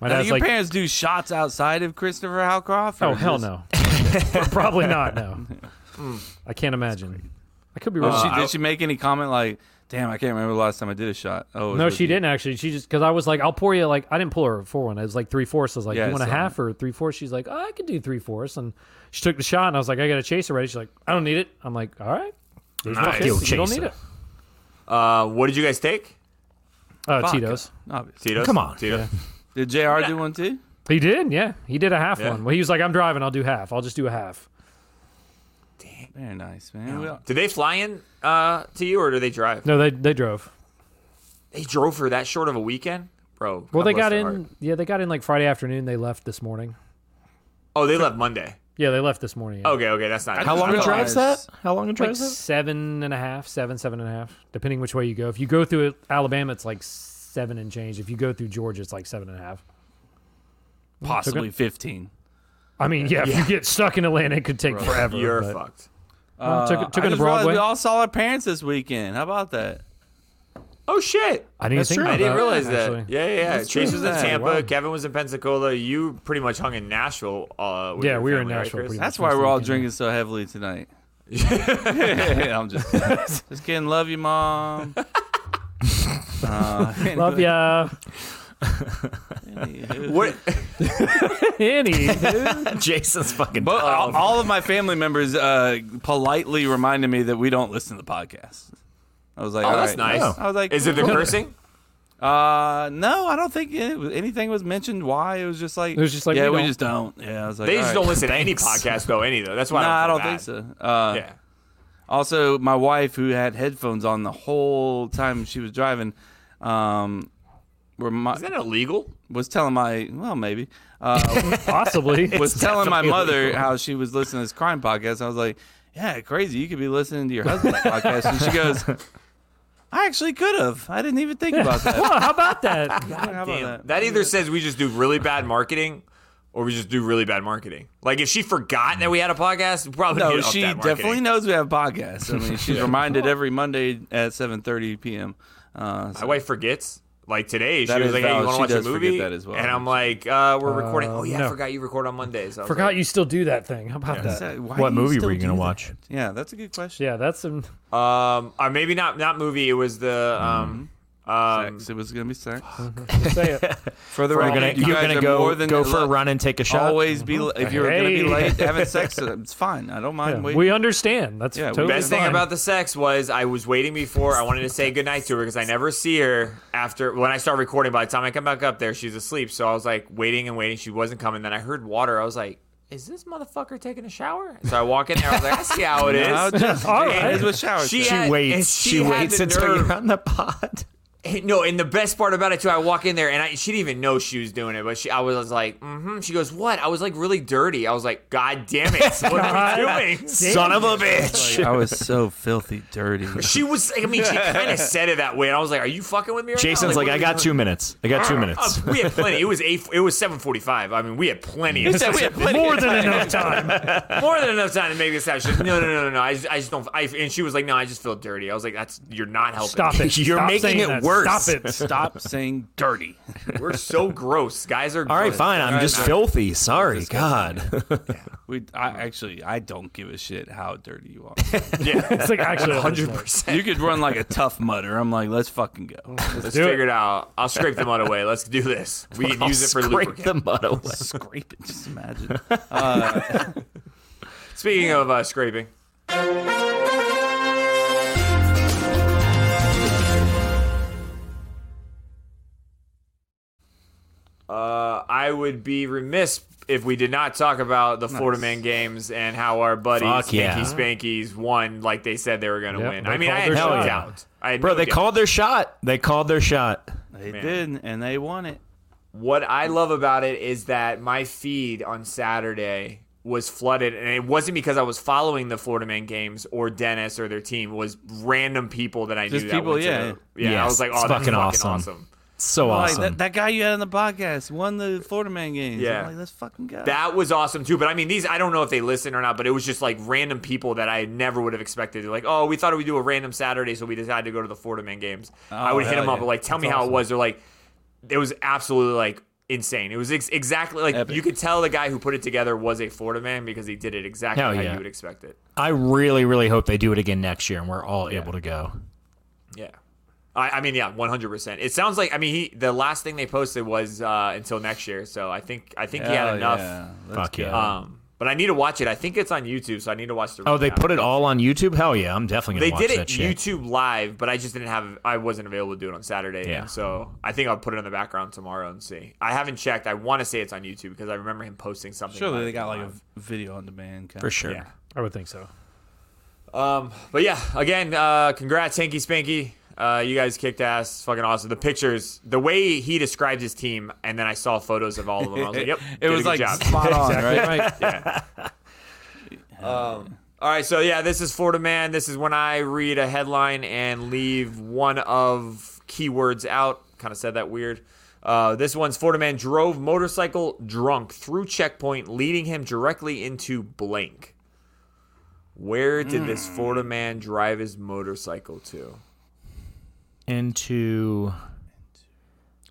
B: My
D: now, do
B: dad's
D: your
B: like,
D: parents do shots outside of Christopher Howcroft? or
B: "Oh hell
D: just-
B: no, probably not. No, I can't imagine. Uh, I could be wrong."
D: Did Mm. she, did she make any comment like, "Damn, I can't remember the last time I did a shot"? Oh, it was
B: No,
D: with
B: she
D: you.
B: didn't actually. She just because I was like, I'll pour you like I didn't pull her for one. It was like three fourths. I was like,
D: Yeah,
B: you want a
D: so-
B: half or three fourths? She's like, oh, I could do three fourths. And she took the shot, and I was like, I got a chaser ready. She's like, I don't need it. I'm like, all right, there's
C: Nice.
B: no chaser.
C: Yo,
B: You don't
C: chaser.
B: need it.
A: Uh, what did you guys take?
B: Uh,
D: Vodka.
B: Tito's.
D: Obviously.
A: Tito's.
C: Come on.
A: Tito's.
D: Did Jr. do one too?
B: He did, yeah. He did a half
A: Yeah.
B: one. Well, he was like, I'm driving. I'll do half. I'll just do a half.
D: Very nice, man. We all-
A: Did they fly in uh, to you, or do they drive?
B: No, they they drove.
A: They drove for that short of a weekend, bro.
B: Well,
A: God
B: they
A: bless
B: got
A: their
B: in.
A: heart.
B: Yeah, they got in like Friday afternoon. They left this morning.
A: Oh, they left Monday.
B: Yeah, they left this morning. yeah.
A: Okay, okay, that's not.
C: How long a
D: Realize-
C: drive's that? How long a
B: Like
C: drive's that?
B: seven and a half, seven, seven and a half, depending which way you go. If you go through Alabama, it's like seven and change. If you go through Georgia, it's like seven and a half.
D: possibly fifteen.
B: I mean, yeah, if you get stuck in Atlanta, it could take forever.
A: You're
B: but-
A: fucked.
B: Well, took it- took
D: Uh, I
B: it to
D: just realized
B: Broadway.
D: We all saw our parents this weekend. How about that?
A: Oh shit!
B: I didn't
C: That's
B: think
C: true.
B: about
A: I didn't
B: that,
A: realize
B: actually.
A: that. Yeah, yeah. yeah. Chase was in
D: Yeah,
A: Tampa.
B: wow.
A: Kevin was in Pensacola. You pretty much hung in Nashville. Uh, with
B: Yeah,
A: your
B: we were in
A: family, right,
B: Nashville
A: Chris?
B: pretty much.
D: That's why
B: most
D: we're all
B: weekend.
D: drinking so heavily tonight. yeah, I'm just just kidding. Love you, mom. Uh,
B: Love ya.
D: anywho.
A: What?
B: Any.
C: Jason's fucking.
D: But all,
B: Um,
D: all of my family members uh, politely reminded me that we don't listen to the podcast. I was like,
A: Oh,
D: all
A: that's
D: right.
A: nice.
D: I was like,
A: Is it the cursing?
D: Uh, no, I don't think it was, anything was mentioned. Why it was just like
B: It was just like,
D: yeah,
B: we
D: we,
B: don't.
D: just don't. Yeah, I was like,
A: They
D: all
A: just
D: right.
A: don't listen to any
C: Thanks.
A: podcast though. Any though. That's why.
D: Nah, I
A: feel
D: don't think
A: bad.
D: so. Uh,
A: Yeah.
D: Also, my wife, who had headphones on the whole time she was driving, um, remi-
A: Is that illegal?
D: was telling my well, maybe uh,
B: Possibly.
D: was telling my mother how she was listening to this crime podcast. I was like, "Yeah, crazy. You could be listening to your husband's podcast." And she goes, "I actually could have. I didn't even think about that."
B: Well, how about that?
D: How about
A: Damn.
D: that?
A: That, either says we just do really bad marketing or we just do really bad marketing. Like if she forgot that we had a podcast, we probably
D: No,
A: need to up
D: she
A: that
D: definitely
A: marketing.
D: knows we have podcasts. I mean, she's reminded every Monday at 7:30 p.m. Uh,
A: My
D: so
A: wife forgets. Like today, she
D: That
A: was
D: is
A: like, "Hey, you
D: valid.
A: want
D: She
A: to watch a
D: does forget
A: movie?"
D: that as well.
A: And I'm like, uh, "We're recording." oh yeah,
B: no.
A: I forgot you record on Mondays. I was
B: Forgot
A: like,
B: you still do that thing. How about that?
D: so why
C: what
D: do you
C: movie
D: still
C: were you
D: do
C: gonna
D: that?
C: watch?
D: Yeah, that's a good question.
B: Yeah, that's some.
A: Um, or maybe not not movie. It was the
D: Mm-hmm.
A: um, um
D: Sex. It was gonna be sex.
B: Say it.
D: Further
C: We're
D: on,
C: gonna,
D: you
C: you're
D: guys
C: gonna
D: are
C: go
D: more than
C: go for a
D: look,
C: run and take a shot.
D: Always be if you're gonna be
B: Hey.
D: late having sex. uh, It's fine. I don't mind
B: Yeah,
D: waiting.
B: we understand. That's
D: Yeah, we-
B: totally
A: best thing
B: fine.
A: about the sex was I was waiting before. I wanted to say goodnight to her because I never see her after when I start recording. By the time I come back up there, she's asleep. So I was like waiting and waiting. She wasn't coming. Then I heard water. I was like, "Is this motherfucker taking a shower?" So I walk in there. I was like, "I see how it is."
D: No, just-
B: All
D: it is
B: right.
D: with shower.
A: She
D: sex.
C: she
A: had- and
C: waits.
A: she
C: She,
A: had
C: waits
A: the
C: until
A: nerve.
C: you're on the pod.
A: Hey, No, and the best part about it too, I walk in there and I, she didn't even know she was doing it, but she, I was like, mm-hmm. She goes, "What?" I was like, really dirty. I was like, "God damn it, what are we doing?"
C: Son of a bitch.
D: I was so filthy dirty.
A: She was, I mean, she kind of said it that way, and I was like, "Are you fucking with me?" Right now?"
C: Jason's like,
A: what
C: I
A: are
C: got
A: we
C: two minutes. I got two
A: doing?"
C: minutes.
A: Uh, we had plenty. It was eight. It was seven forty-five. I mean, we had plenty. Of
D: we had plenty
B: More than enough time.
A: more than enough time to make this happen. She's like, no, no, no, no, no. I just, I just don't. I, and she was like, no, I just feel dirty. I was like, that's you're not helping.
B: Stop it.
C: You're
B: Stop
C: making
B: saying
C: it
B: that.
C: worse.
B: Stop it.
D: Stop saying dirty.
A: We're so gross. Guys are.
C: All right,
A: gross.
C: fine. I'm
D: All
C: just
D: right.
C: filthy. Sorry, God.
D: We I, actually I don't give a shit how dirty you are.
A: Yeah,
B: It's like actually
A: hundred percent.
D: You could run like a tough mutter. I'm like, let's fucking go.
A: Let's
B: do it.
A: figure it. out. I'll scrape the mud away. Let's do this. We can
C: I'll
A: use it for
C: scrape
A: lubricant.
C: the mud away.
D: Scrape it. Just imagine.
A: Speaking of uh, scraping, uh, I would be remiss if we did not talk about the Florida Man games and how our buddies
C: Fuck
A: Spanky
C: yeah.
A: Spankies won like they said they were going to
B: Yep,
A: win.
B: they
A: I mean, I
B: called
A: had
B: their
A: no
C: shot.
A: doubt. I had
C: Bro,
A: no
C: they
A: doubt.
C: called their shot. They called their shot.
D: They did, and they won it.
A: What I love about it is that my feed on Saturday was flooded, and it wasn't because I was following the Florida Man games or Dennis or their team. It was random people that I
D: Just
A: knew.
D: people,
A: that went
D: yeah.
A: To, the- yeah. I
C: Yes,
A: was like, oh,
C: it's
A: that's
C: fucking
A: fucking
C: awesome.
A: awesome.
C: So
D: Like,
C: awesome.
D: that, that guy you had on the podcast won the Florida Man games.
A: Yeah.
D: I'm like, let's fucking go.
A: That was awesome too. But I mean, these I don't know if they listen or not, but it was just like random people that I never would have expected. They're like, oh, we thought we'd do a random Saturday, so we decided to go to the Florida Man games. I
C: Oh,
A: would hit
D: hell
A: them up,
D: yeah.
A: but like, tell me how it was. They're like, it was absolutely like insane. It was ex- exactly like
D: Epic.
A: you could tell the guy who put it together was a Florida Man because he did it exactly
C: Hell
A: how
C: yeah.
A: you would expect it.
C: I really, really hope they do it again next year and we're all able to go.
A: Yeah. I, I mean, yeah, one hundred percent. It sounds like I mean, he the last thing they posted was uh, until next year, so I think I think he had
D: Hell
A: enough.
D: yeah. Let's
C: Fuck
D: go.
C: yeah.
A: Um, but I need to watch it. I think it's on YouTube, so I need to watch the.
C: Oh, they
A: recap.
C: put it all on YouTube? Hell yeah. I'm definitely
A: They
C: going to watch
A: did it
C: that shit.
A: YouTube live, but I just didn't have. I wasn't available to do it on Saturday,
C: Yeah.
A: and so I think I'll put it in the background tomorrow and see. I haven't checked. I want to say it's on YouTube because I remember him posting something.
D: Surely
A: live
D: they got like a
A: online.
D: video on demand. Kind
C: For sure.
A: Yeah.
B: I would think so.
A: Um, but yeah, again, uh, congrats, Hanky Spanky. Uh, you guys kicked ass. Fucking awesome. The pictures, the way he described his team, and then I saw photos of all of them. I was like, yep,
D: It
A: did a
D: was
A: good
D: like
A: job.
D: spot on, right?
B: Right.
A: All right, so yeah, this is Florida Man. This is when I read a headline and leave one of keywords out. Kind of said that weird. Uh, this one's Florida Man drove motorcycle drunk through checkpoint, leading him directly into blank. Where did this
C: Hmm.
A: Florida man drive his motorcycle to?
C: Into.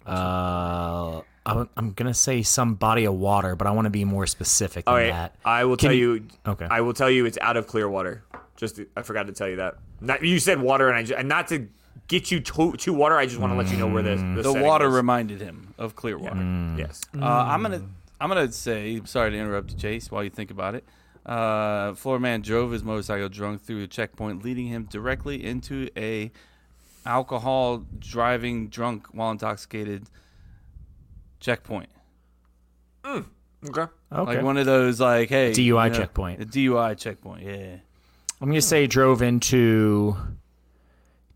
C: Uh, I'm, I'm going to say some body of water, but I want to be more specific
A: All
C: than
A: right,
C: that.
A: I will
C: Can
A: tell
C: you-
A: you,
C: Okay.
A: I will tell you, it's out of Clearwater. Just I forgot to tell you that. Not, you said water, and I just, and not to get you to, to water. I just want to let you know where the the,
D: The
A: setting
D: water
A: was.
D: reminded him of Clearwater.
C: Mm.
A: Yes.
D: Uh, I'm gonna
C: Hmm.
D: I'm gonna say sorry to interrupt you, Chase. While you think about it, uh, Florida man drove his motorcycle drunk through a checkpoint, leading him directly into a alcohol driving drunk while intoxicated checkpoint.
A: Okay.
C: okay.
D: Like one of those like hey
C: DUI
D: you know,
C: checkpoint.
D: a DUI checkpoint. Yeah.
C: I'm gonna say drove into.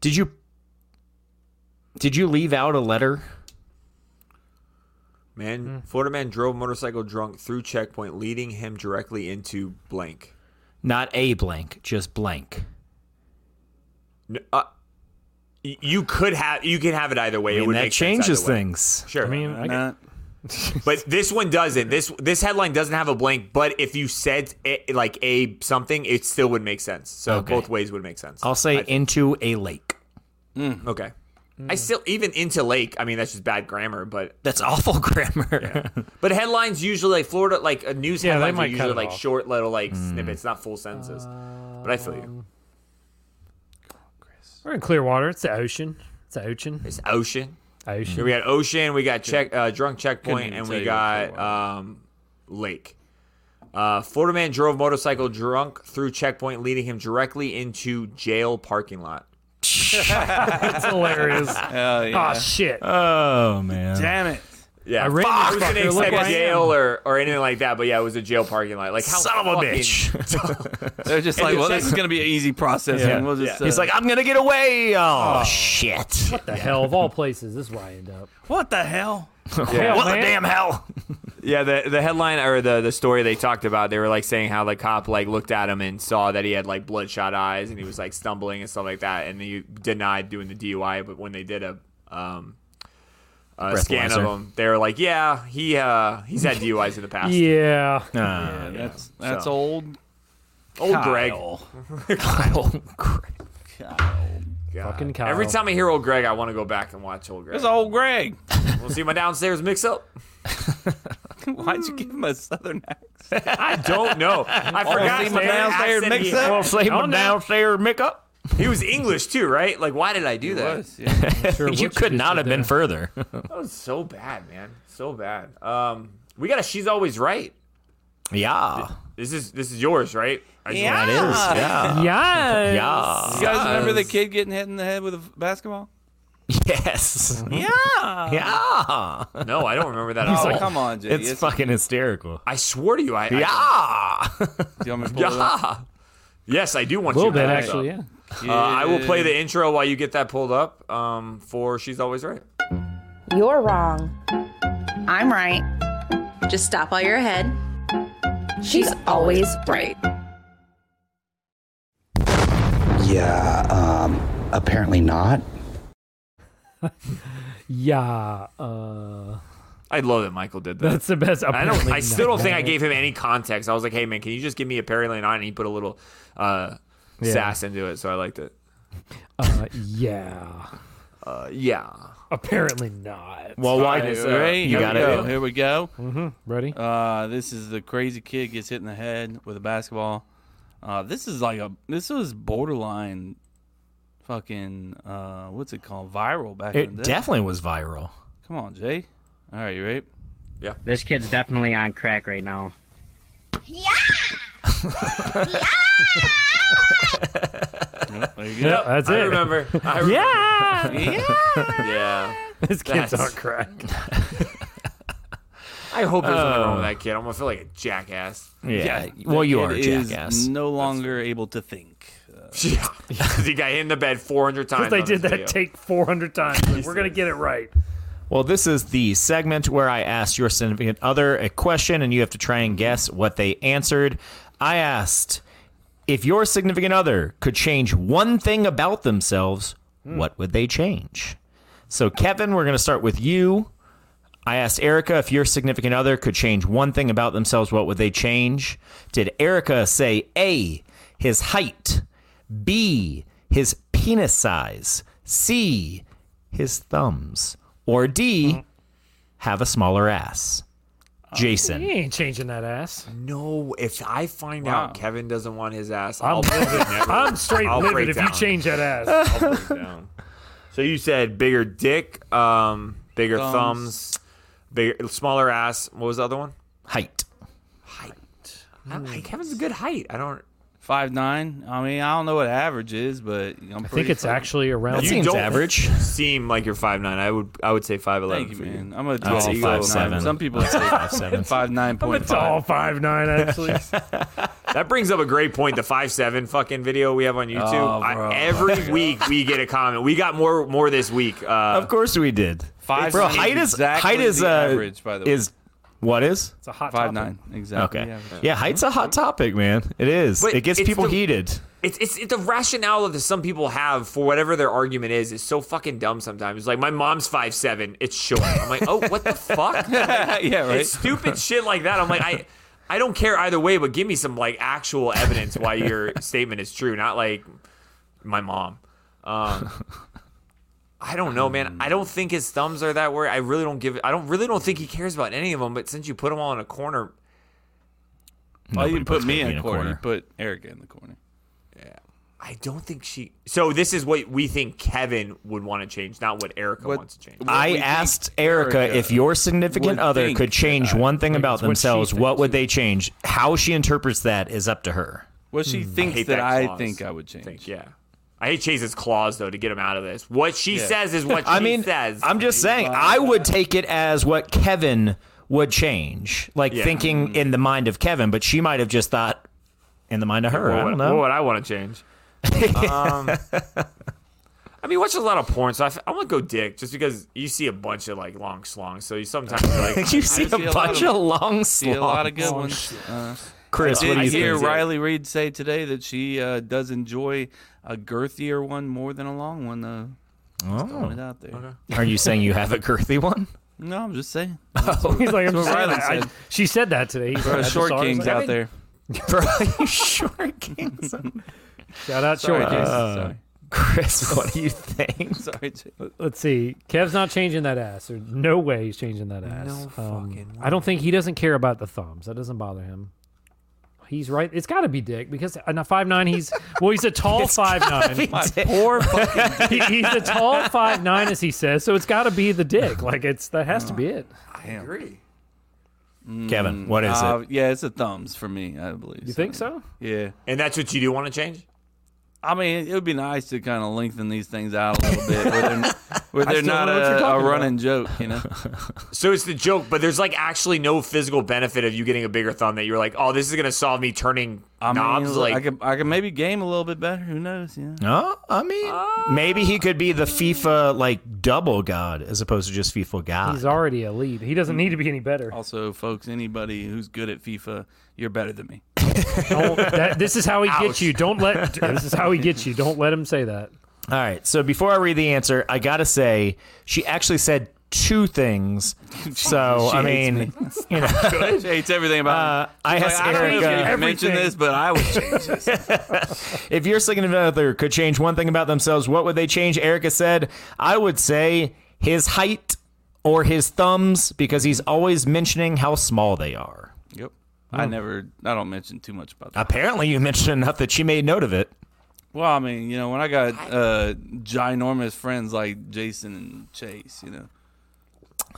C: Did you? Did you leave out a letter?
A: Man,
C: Mm.
A: Florida man drove motorcycle drunk through checkpoint, leading him directly into blank.
C: Not a blank, just blank.
A: N- uh, y- you could have you can have it either way.
C: I
A: it
C: mean,
A: would
C: that
A: make sense
C: changes
A: either way.
C: things.
A: Sure.
C: I mean, I
D: Not-
A: but this one doesn't. This this headline doesn't have a blank. But if you said it, like a something, it still would make sense. So
C: Okay.
A: both ways would make sense.
C: will say
A: I think.
C: into a lake.
A: okay.
C: Mm.
A: I still even into lake. I mean, that's just bad grammar. But
C: That's awful grammar.
A: but headlines usually like Florida like uh, news
B: Yeah, they
A: headlines are
B: might cut
A: usually
B: it
A: like
B: off. Um,
A: short little like
C: Hmm.
A: snippets, not full sentences. but I feel you.
B: We're in Clearwater. It's the ocean. It's the ocean.
A: It's ocean.
B: Ocean.
A: We got Ocean, we got check uh, drunk checkpoint,
D: even
A: and
D: tell
A: we
D: you what
A: got um, Lake. Uh, Florida man drove motorcycle drunk through checkpoint, leading him directly into jail parking lot.
B: It's hilarious.
D: Hell yeah.
C: Ah,
B: Oh shit!
C: oh man.
D: Damn it.
A: Yeah,
B: I ran
A: I
B: this
A: was gonna
B: fucker, look
A: expect
B: where I am.
A: jail or, or anything like that, but yeah, it was a jail parking lot. Like how
C: Son of a
A: fucking-
C: bitch.
D: They're just like,
A: the
D: well,
A: check-
D: this is gonna be an easy process.
C: Yeah.
D: and we'll just,
C: He's
D: uh,
C: like, I'm gonna get away. Oh, shit.
B: The hell of all places, this is where I end up.
D: what the hell?
B: Hell,
C: What the
B: man.
C: damn hell?
A: Yeah, the the headline or the the story they talked about, they were like saying how the cop like looked at him and saw that he had like bloodshot eyes and he was like stumbling and stuff like that, and he denied doing the DUI. But when they did a um a scan of
C: Breathalyzer.
A: him, they were like, yeah, he uh he's had DUIs in the past.
B: Yeah.
C: Uh,
D: That's that's
A: So-
D: old.
A: Old
D: Kyle.
C: Kyle.
A: Greg, God.
B: Fucking Kyle.
A: Every time I hear old Greg, I want to go back and watch old Greg.
D: It's old Greg.
A: We'll see my downstairs mix up.
D: Why'd
C: Hmm.
D: you give him a southern accent?
A: I don't know. I forgot
D: see
A: his
D: my downstairs
A: accent
D: mix
A: he
D: up?
A: had.
C: I'll say
B: Oh,
C: him
B: no.
C: downstairs, Mick up.
A: He was English too, right? Like, why did I do that?
B: Sure,
C: You
B: what
C: could
B: just
C: not
B: did
C: have been
B: there.
C: further.
A: That was so bad, man. So bad. Um, we got a. She's always right.
C: yeah.
A: This is this is yours, right? I just wanna-
C: That is. Yeah.
B: Yes.
C: Yeah.
D: You guys remember the kid getting hit in the head with a f- basketball?
C: Yes. Yeah. Yeah.
A: no, I don't remember that at
D: Oh,
A: all.
D: come on, Jay.
C: It's fucking hysterical.
A: I swore to you, I I-
C: Yeah.
D: Do you want me to pull it up?
A: yeah. Yes, I do want
B: A little
A: you. to
B: bit
A: pull this
B: actually.
A: up.
B: Yeah.
A: Uh, I will play the intro while you get that pulled up. Um, for she's always right.
I: You're wrong.
J: I'm right. Just stop while you're ahead.
I: She's always right.
J: Yeah, um, apparently not.
B: Yeah, uh,
A: I love that Michael did that.
B: that's the best.
A: I don't. I still don't think I gave him any context. I was like, "Hey man, can you just give me a Perry Lane on?" And he put a little uh, sass into it, so I liked it.
B: Uh, yeah,
A: Uh, yeah.
B: apparently not.
C: Well, why?
D: All right,
A: uh,
D: ready?
C: you
D: Here we
C: got it.
D: go. Here we go.
B: Ready?
D: Uh, this is the crazy kid gets hit in the head with a basketball. Uh, this is like a this was borderline, fucking uh, what's it called? Viral back in
C: It
D: the day.
C: definitely was viral.
D: Come on, Jay. All right, you ready?
I: This kid's definitely on crack right now.
D: There you Uh,
B: Yeah, that's it.
A: I remember. I remember.
B: Yeah,
A: Yeah.
B: this kid's on
A: That's-
B: crack.
A: I hope there's nothing wrong with that kid. I'm gonna feel like a jackass.
C: Yeah. Uh, well, you
D: Kid
C: are a
D: is
C: jackass.
D: No longer able to think.
A: Yeah. he got hit in the bed 400 times.
B: They
A: on
B: did
A: this
B: that
A: video.
B: take 400 times. Like, we're gonna get it right.
C: Well, this is the segment where I asked your significant other a question and you have to try and guess what they answered. I asked if your significant other could change one thing about themselves, what would they change? So, Kevin, we're going to start with you. I asked Erica if your significant other could change one thing about themselves, what would they change? Did Erica say A, his height, B, his penis size, C, his thumbs, or D, have a smaller ass?
B: He
C: Jason.
B: ain't changing that ass.
A: No, if I find out Kevin doesn't want his ass,
B: I'm
A: I'll
B: livid. I'm straight
A: I'll
B: livid
A: break
B: if you
A: down.
B: change that ass.
A: I'll break down. So you said bigger dick, um, bigger thumbs,
D: Thumbs.
A: bigger, smaller ass. What was the other one?
C: Height.
A: Height. I don't- Kevin's a good height. I don't.
D: Five nine. I mean, I don't know what average is, but I'm
B: I think it's actually around.
C: That
A: You
C: seems
A: don't-
C: average.
A: Seem like you're five nine. I would. I would say five eleven.
D: Thank you, man. I'm a
C: I'd say
D: tall
C: five seven.
D: five seven. Some people say
C: Five seven.
D: five nine point
B: Tall
D: five.
B: five nine actually.
A: That brings up a great point. The five seven fucking video we have on YouTube.
D: Oh,
A: I-
D: bro.
A: every week we get a comment. We got more more this week. Uh,
C: Of course we did.
D: Five
C: Bro,
D: is
C: height is
D: exactly
C: height is
D: the
C: uh,
D: average, by the way.
C: Is what is?
B: It's a hot topic.
D: Five nine. Exactly.
C: Okay.
D: Yeah. Mm-hmm.
C: Yeah, height's a hot topic, man. It is.
A: But
C: it gets
A: it's
C: people
A: the-
C: heated.
A: it's, it's it's the rationale that some people have for whatever their argument is is so fucking dumb sometimes. It's like my mom's five seven, it's short. I'm like, oh, what the fuck?
D: yeah. Right.
A: It's stupid shit like that. I'm like, I I don't care either way, but give me some like actual evidence why your statement is true, not like my mom. Um, I don't know, man. I don't think his thumbs are that worried. I really don't give. I don't really don't think he cares about any of them. But since you put them all in a corner,
D: Well,
C: Nobody
D: you didn't put
C: puts
D: me
C: baby
D: in a corner. You put Erica in the corner.
A: I don't think she. So this is what we think Kevin would want to change, not what Erica wants to change.
C: I
D: we think
C: asked Erica,
D: Erica
C: if your significant
D: would
C: other
D: think
C: could change one thing about
B: what she
C: themselves, what
B: thinks.
C: would they change? How she interprets that is up to her.
D: Well, she
A: I
D: thinks
A: hate
D: that, I
A: clause.
D: think I would change.
A: Think, yeah. I hate Chase's claws though to get him out of this. What she says is what she
C: I mean,
A: says.
C: I'm just saying, I would take it as what Kevin would change, like
A: Yeah.
C: thinking in the mind of Kevin, but she might have just thought in the mind of her.
A: What
C: I
A: would,
C: don't know.
A: what would I want to change? um, I mean, watch a lot of porn, so I, f- I want to go dick just because you see a bunch of like long slongs. So you sometimes you're like,
C: you see a
D: see a lot
C: bunch
D: of-
C: of long
D: See a lot of
C: slobs.
D: good ones. Uh,
C: Chris, what
D: did
C: do you
D: hear
C: think?
D: Riley Reed say today that she uh, does enjoy a girthier one more than a long one, though. Just
C: Oh.
D: throwing it out there.
C: Are you saying you have a girthy one?
D: No, I'm just saying.
B: He's like, I'm
D: what
B: just saying
D: Riley
B: that. I-
D: said.
B: she said that today. He's
D: There
B: like,
D: are
B: I just
D: short
B: saw it. I was
D: kings
B: like,
D: out there.
C: Bro, are you sure, Kings?
B: Shout out
D: Sorry,
B: short
D: Jason.
B: kings.
D: Sorry.
C: Chris, what do you think?
D: Sorry, Jason.
B: Let's see. Kev's not changing that ass. There's no way he's changing that ass. Um,
A: No fucking
B: I don't think he doesn't care about the thumbs. That doesn't bother him. He's right. It's got to be Dick because uh, five nine. He's well. He's a tall five nine.
D: My poor fucking.
B: He, he's a tall five nine, as he says. So it's got to be the Dick. Like it's that has to be it.
A: I agree.
C: Kevin, what is
D: Uh,
C: it?
D: yeah, it's a thumbs for me, I believe.
B: You think so?
D: Yeah.
A: And that's what you do want to change?
D: I mean, it would be nice to kind of lengthen these things out a little bit, where they're, where
A: I
D: they're
A: still don't
D: not
A: know what you're
D: a, a
A: talking about.
D: running joke, you know.
A: So it's the joke, but there's like actually no physical benefit of you getting a bigger thumb that you're like, oh, this is gonna solve me turning
D: I mean,
A: knobs.
D: I
A: Like,
D: could, I could maybe game a little bit better. Who knows? Yeah.
C: No, I mean, maybe he could be the FIFA like double god as opposed to just FIFA god.
B: He's already elite. He doesn't need to be any better.
D: Also, folks, anybody who's good at FIFA, you're better than me.
B: Don't, that, this is how he
D: Ouch.
B: gets you. Don't let. This is how he gets you. Don't let him say that.
C: All right. So before I read the answer, I gotta say she actually said two things. So
D: She
C: I
D: hates
C: mean,
D: me.
C: you know,
D: She hates everything about. me.
C: Uh, I
D: She's
C: asked
D: like, I don't know if
C: Eric,
D: you
C: uh,
D: mentioned
C: everything.
D: this, but I would change this.
C: if your significant other could change one thing about themselves, what would they change? Erica said, I would say his height or his thumbs because he's always mentioning how small they are.
D: Yep. I
A: Hmm.
D: never. I don't mention too much about that.
C: Apparently, you mentioned enough that she made note of it.
D: Well, I mean, you know, when I got uh, ginormous friends like Jason and Chase, you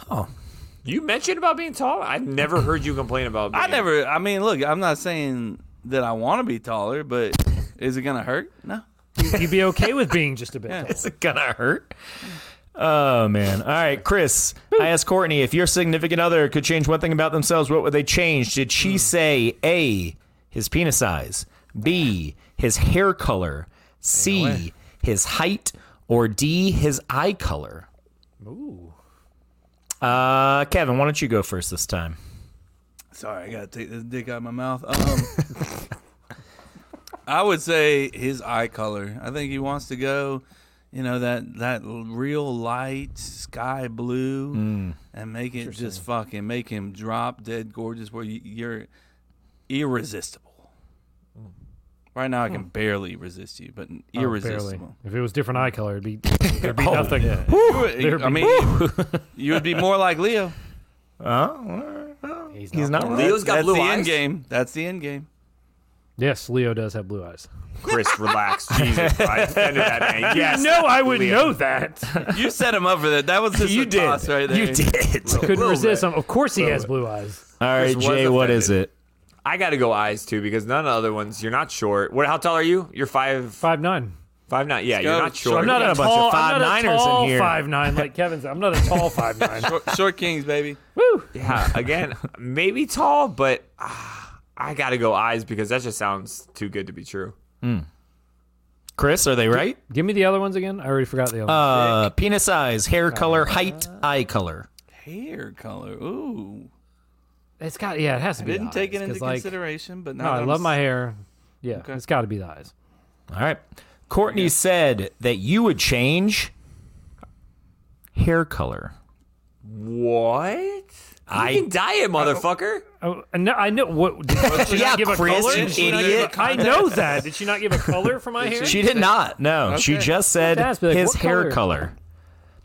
D: know,
A: you mentioned about being tall. I've never heard you complain about. Being,
D: I never. I mean, look, I'm not saying that I want to be taller, but is it gonna hurt? No.
B: You'd be okay with being just a bit. taller.
C: Is it gonna hurt? Oh man! All right, Chris. I asked Courtney if your significant other could change one thing about themselves, what would they change? Did she say a his penis size, b his hair color, c his height, or d his eye color? Ooh. Uh, Kevin, why don't you go first this time?
D: Sorry, I gotta take this dick out of my mouth. Um, I would say his eye color. I think he wants to go, you know, that that real light sky blue, and make it just fucking make him drop dead gorgeous, where you, you're irresistible. Right now, I can barely resist you, but
B: Hmm. Oh, barely. Oh,
D: irresistible.
B: If it was different eye color, it'd be there'd be nothing.
D: You would- I mean, you would be more like Leo.
B: He's
C: He's not really.
A: Leo's got
D: That's
A: blue
D: the
A: eyes.
D: end game. That's the end game.
B: Yes, Leo does have blue eyes.
A: Chris, relax. Jesus, I offended that man. Yes,
B: No, I would
A: Leo.
B: know that.
D: You set him up for that. That was just
C: You
D: a
C: did.
D: toss right there.
C: You did. All
B: Couldn't resist him. Of course, he has blue eyes.
C: right,
A: was
C: Jay. What is
A: offended.
C: it?
A: I got to go eyes too because none of the other ones. You're not short. What? How tall are you? You're five
B: Five nine.
A: five nine. Yeah,
D: go.
A: you're not short.
B: I'm not
C: got
B: a,
C: a bunch of
B: tall.
C: five
B: I'm not a
C: niners in
B: tall
C: here.
B: five nine like Kevin's. I'm not a tall five nine.
D: Short, short kings, baby.
B: Woo.
A: Yeah, again, maybe tall, but ah, I got to go eyes because that just sounds too good to be true.
C: Chris, are they right?
B: Give me the other ones again. I already forgot the other. ones.
C: Uh, penis size, hair color, height,
B: Uh,
C: eye color.
D: Hair color. Ooh.
B: It's got yeah. It has to be.
D: Didn't
B: the
D: take it
B: eyes,
D: into
B: 'cause, like,
D: consideration, but now
B: No, I
D: that I'm
B: love my
D: s-
B: hair. Yeah, it's got to be the eyes.
C: All right. Courtney said that you would change hair color.
A: What? You
C: I-
A: can dye it, motherfucker.
B: Oh, and no, I know what. Did she
C: Yeah,
B: not give a
C: Chris,
B: color?
C: you
B: Did she not give a-
C: idiot.
B: I know that. Did she not give a color for my hair?
C: She did not. No, she
D: Okay.
C: just said
B: That's be like,
C: his
B: what
C: hair
B: color?
C: color.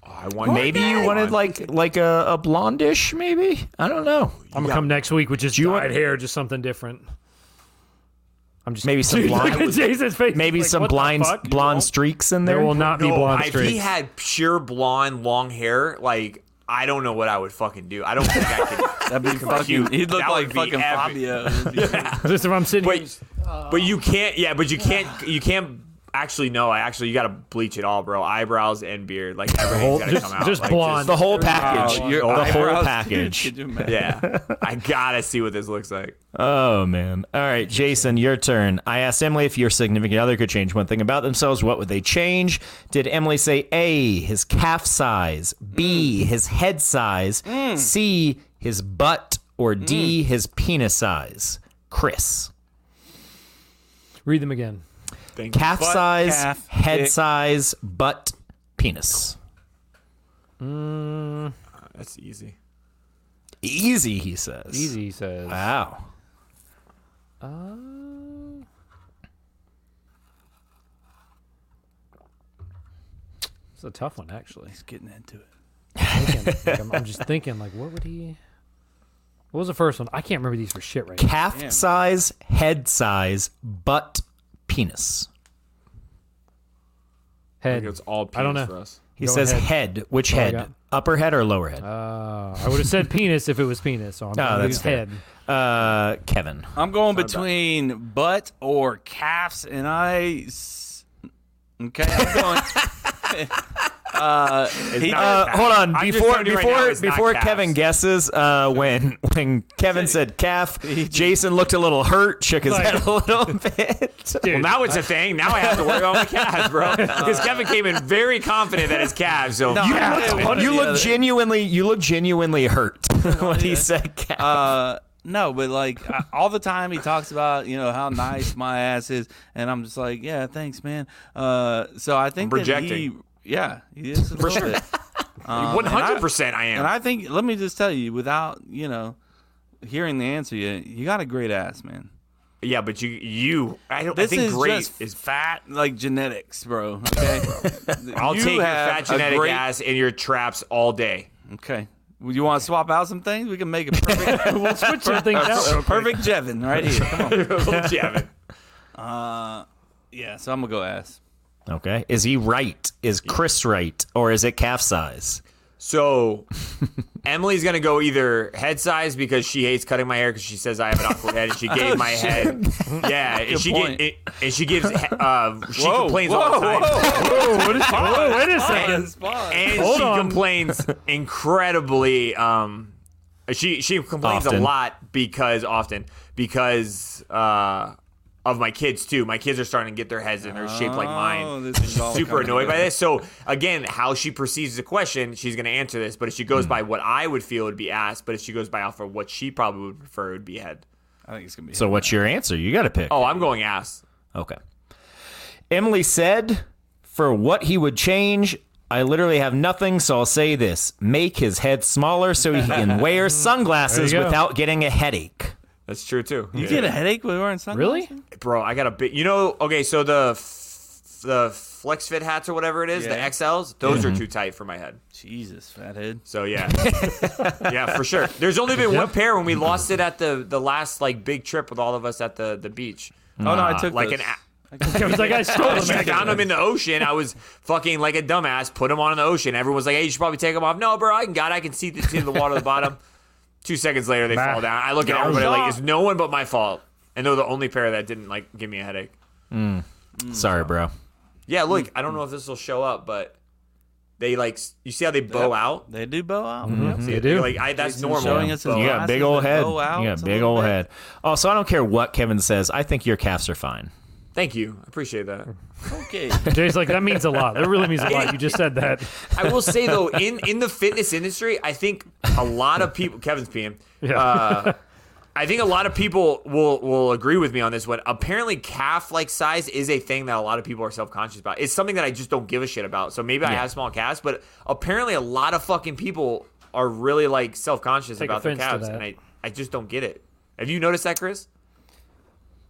A: I want
C: Maybe you wanted like like a, a blondish, maybe I don't know.
B: I'm gonna come next week with just
C: you
B: dyed
C: want-
B: hair, just something different. I'm just
C: Maybe some
B: Dude, look
C: blonde-
B: at Jason's face.
C: Maybe
B: Like,
C: some
B: what the
C: blind
B: fuck? You
C: blonde
B: won't-
C: streaks in there.
B: There will not be
A: No,
B: blonde
A: if
B: streaks.
A: he had pure blonde long hair, like I don't know what I would fucking do. I don't think I could.
D: That'd be
A: you.
D: fucking. He'd look
A: That
D: like
A: would be
D: fucking
A: epic.
D: Fabio. It'd be-
B: Just if I'm sitting. here,
A: But but you can't. Yeah, but you can't. You can't. Actually, no. I actually you got to bleach it all, bro. Eyebrows and beard, like everything's got to
B: just-
A: come out.
B: just
A: like,
B: blonde.
C: the whole package.
D: Wow, your
C: the whole
D: eyebrows-
C: package.
D: Could you imagine?
A: yeah, I gotta see what this looks like.
C: Oh man! All right, Jason, your turn. I asked Emily if your significant other could change one thing about themselves. What would they change? Did Emily say A, his calf size, B,
B: Mm.
C: his head size, C, his butt, or D,
B: Mm.
C: his penis size? Chris,
B: read them again.
A: Thank you.
C: calf size,
D: calf,
C: head
D: dick.
C: size, butt, penis.
A: That's easy.
C: Easy, he says.
B: Easy he says.
C: Wow.
B: It's a tough one actually.
D: He's getting into it.
B: Thinking, like, I'm, I'm just thinking like, what would he? What was the first one? I can't remember these for shit right now.
C: Calf size, head size, butt, penis.
A: I
B: Head.
A: think it's all penis
B: I don't know.
A: for us.
C: He
B: Go
C: says
B: ahead.
C: head. Which
B: I
C: head?
B: got-
C: Upper head or lower head?
B: Uh, I would have said penis if it was penis. So I'm
C: No,
B: going
C: that's
B: with head.
C: Uh, Kevin.
D: I'm going between butt or calves, and I s- Okay, I'm going. uh, he-
C: Uh, hold on
K: I'm just
C: before
K: telling you right
C: before
K: now, it's not
C: before
K: calves.
C: Kevin guesses uh, when when Kevin said calf, Jason looked a little hurt, shook his head a little bit.
K: Well, now it's a thing. Now I have to worry about my calves, bro. Because Kevin came in very confident that his calves. So
C: you
K: Yeah.
C: look,
D: one or
C: you
D: the
C: look
D: other.
C: genuinely you look genuinely hurt when he said calf.
D: uh, no, but like I- all the time he talks about you know how nice my ass is, and I'm just like, yeah, thanks, man. Uh, so I think
K: I'm
D: that he,
K: projecting.
D: yeah, he is a
K: For
D: little
K: sure.
D: bit. Um, and I-
K: 100% I am.
D: And I think, let me just tell you, without you know hearing the answer yet, you got a great ass, man.
K: yeah, but you, you, I, don't, I
D: This
K: think
D: is
K: great
D: just
K: is.
D: fat, like genetics, bro. Okay,
K: I'll
D: You
K: take your
D: have
K: fat
D: a
K: genetic
D: great-
K: ass and your traps all day.
D: Okay. Well, you want to swap out some things? We can make a perfect. we'll switch
B: some things out real quick.
D: Perfect Jevin right here. Come on.
K: Jevin.
D: Yeah, so I'm gonna go ass.
C: Okay, is he right? Is Chris right, or is it calf size?
A: So Emily's gonna go either head size because she hates cutting my hair because she says I have an awkward head and she gave my head. Yeah, and she
D: Oh, point.
A: gi- and she gives uh, she
D: Whoa,
A: complains
D: whoa,
A: all the time.
K: Oh,
B: Whoa, what is, whoa, wait a second.
D: Spot.
A: and
B: Hold
A: she
B: on.
A: complains incredibly um she she complains
C: Often.
A: a lot because often because uh of my kids too my kids are starting to get their heads and they're shaped like
D: Oh,
A: mine
D: this is all
A: super
D: coming
A: annoyed by
D: together.
A: this so again how she perceives the question she's going to answer this but if she goes by what i would feel would be asked but if she goes by off of what she probably would prefer it would be head
D: I think it's gonna be.
C: So what's your answer? You got to pick.
A: oh i'm going ass
C: Okay. Emily said, for what he would change, I literally have nothing, so I'll say this make his head smaller so he can wear sunglasses
B: There you go.
C: without getting a headache.
A: that's true too
D: you get a headache when we're in sunglasses.
B: Really?
A: bro i got a bit you know okay so the f- the flex fit hats or whatever it is
D: Yeah.
A: the xls those are too tight for my head
D: Jesus, fathead.
A: so yeah yeah for sure there's only been one pair when we lost it at the the last like big trip with all of us at the the beach
D: Oh no, I took
A: like
D: those.
A: an a-
B: It was like I stole them.
A: I found them in the ocean. I was fucking like a dumbass. Put them on in the ocean. Everyone's like, "Hey, you should probably take them off." No, bro, I can got. it. I can see the, see the water at the bottom. Two seconds later, they
B: Nah.
A: fall down. I look at everybody like it's no one but my fault, and they're the only pair that didn't like give me a headache.
C: Sorry, bro.
A: Yeah, look,
B: Hmm.
A: I don't know if this will show up, but they like s- you see how they bow out.
D: They do bow out. Yep.
A: See,
B: They do.
A: Like I, that's
D: Jason
A: normal.
D: showing us his
A: Bow
C: You
A: out.
C: got a big
D: Glasses
C: old
D: that
C: head. You
D: go out
C: got
D: a
C: a big
D: little
C: old
D: bit.
C: head. Also, I don't care what Kevin says. I think your calves are fine.
A: Thank you, I appreciate
B: Hmm.
A: that.
D: Okay.
B: Jay's like, that means a lot. That really means a lot. You just said that.
A: I will say though, in in the fitness industry, I think a lot of people. Kevin's PM. Uh, I think a lot of people will will agree with me on this one. Apparently, calf like size is a thing that a lot of people are self conscious about. It's something that I just don't give a shit about. So maybe I have small calves, but apparently, a lot of fucking people are really like self conscious
B: Take
A: about their
B: offense to
A: calves,
B: that.
A: and I I just don't get it. Have you noticed that, Chris?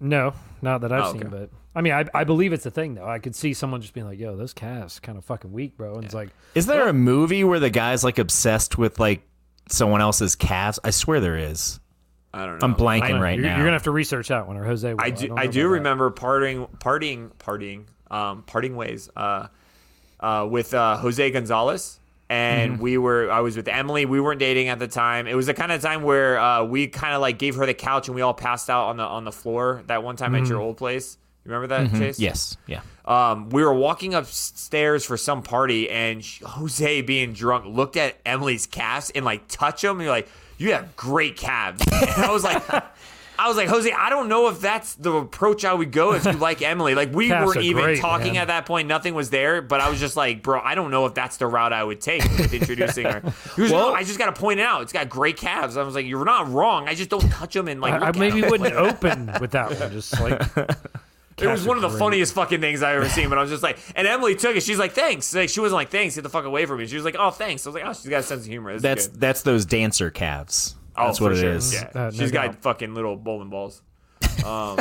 B: No, not that I've
A: Oh,
B: seen,
A: okay.
B: but I mean, I, I believe it's a thing, though. I could see someone just being like, yo, those calves kind of fucking weak, bro. And it's like,
C: Is there a movie where the guy's like obsessed with like someone else's calves? I swear there is.
A: I don't know.
C: I'm blanking
B: I don't know.
C: right
B: you're,
C: now.
B: You're going to have to research that one, or Jose will.
A: I do.
B: don't
A: I,
B: know
A: do
B: about that.
A: remember parting, partying, partying, um, parting ways uh, uh, with uh, Jose Gonzalez, and
B: Mm-hmm.
A: we were. I was with Emily. We weren't dating at the time. It was the kind of time where uh, we kind of like gave her the couch and we all passed out on the on the floor that one time at your
B: Mm-hmm.
A: old place. You remember that, Chase?
C: yes. Yeah.
A: Um, we were walking upstairs for some party, and sh- Jose, being drunk, looked at Emily's calves and like touch them. And you're like, "You have great calves." And I was like, "I was like, Jose, I don't know if that's the approach I would go if you like Emily. Like, we
B: Calves
A: weren't
B: are
A: even
B: great,
A: talking
B: man.
A: at that point; nothing was there. But I was just like, bro, I don't know if that's the route I would take with introducing her. He was,
C: Well-
A: "No, I just got to point it out. It's got great calves. I was like, you're not wrong. I just don't touch them and like.
B: I, I
A: look at
B: maybe
A: 'em.
B: wouldn't open with that one. Just like,
A: It was one of the funniest fucking things I've ever seen. But I was just like, and Emily took it. She's like, thanks. Like, she wasn't like, thanks. Get the fuck away from me. She was like, oh, thanks. I was like, oh, she's got a sense of humor. This is
C: That's
A: good."
C: that's those dancer calves.
A: Oh,
C: That's
A: for
C: what it
A: sure.
C: is.
A: Yeah.
B: Uh, no
A: she's got
B: doubt.
A: fucking little bowling balls. Um,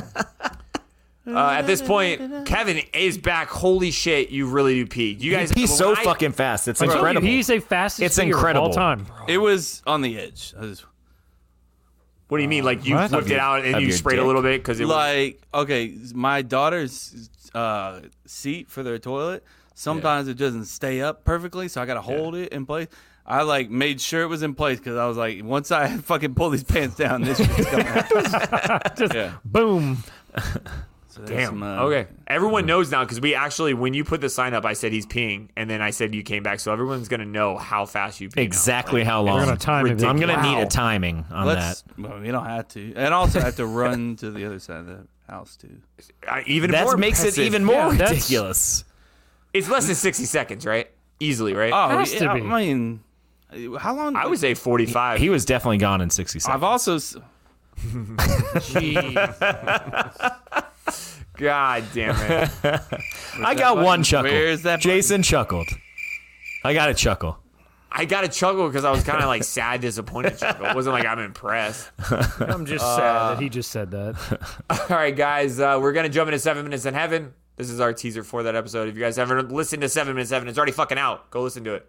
A: uh, at this point, Kevin is back. Holy shit, you really do pee. You guys,
C: He's so
A: when I-
C: fucking fast. It's
B: I told you,
C: incredible.
B: he's a fastest
C: It's
B: figure
C: incredible.
B: of all time.
D: It was on the edge. I was
A: What do you mean? Like you
C: What?
A: whipped it
C: Of
A: out and
C: your
A: you sprayed a
C: dick.
A: little bit because it was.
D: like, okay, my daughter's uh, seat for their toilet. Sometimes it doesn't stay up perfectly, so I gotta hold it in place. I like made sure it was in place because I was like, once I fucking pull these pants down, this shit's coming out.
B: Boom.
D: that's
A: Damn.
D: my-
A: okay. Everyone knows now because we actually, when you put the sign up, I said he's peeing, and then I said you came back, so everyone's gonna know how fast you pee. now.
C: Exactly
A: Like,
C: how
A: it's
C: long? I'm gonna need a
A: Wow.
C: timing on
D: Let's,
C: that.
D: Well, you don't have to, and also I have to run to the other side of the house too.
A: I, even
C: that
A: more
C: makes
A: impressive.
C: it even more
A: Yeah, that's-
C: ridiculous.
A: It's less than sixty seconds, right? Easily, right?
D: Oh, yeah, I mean, how long?
A: I would say forty-five.
C: He was definitely gone in 60 seconds.
D: I've also. s-
A: God damn it!
C: I
A: that
C: got
A: button?
C: one chuckle.
A: Where's that
C: Jason chuckled. I got a chuckle.
A: I got a chuckle because I was kind of like sad, disappointed chuckle. It wasn't like I'm impressed.
B: I'm just sad that he just said that.
A: All right, guys, uh, we're gonna jump into Seven Minutes in Heaven. This is our teaser for that episode. If you guys haven't listened to Seven Minutes in Heaven, it's already fucking out. Go listen to it.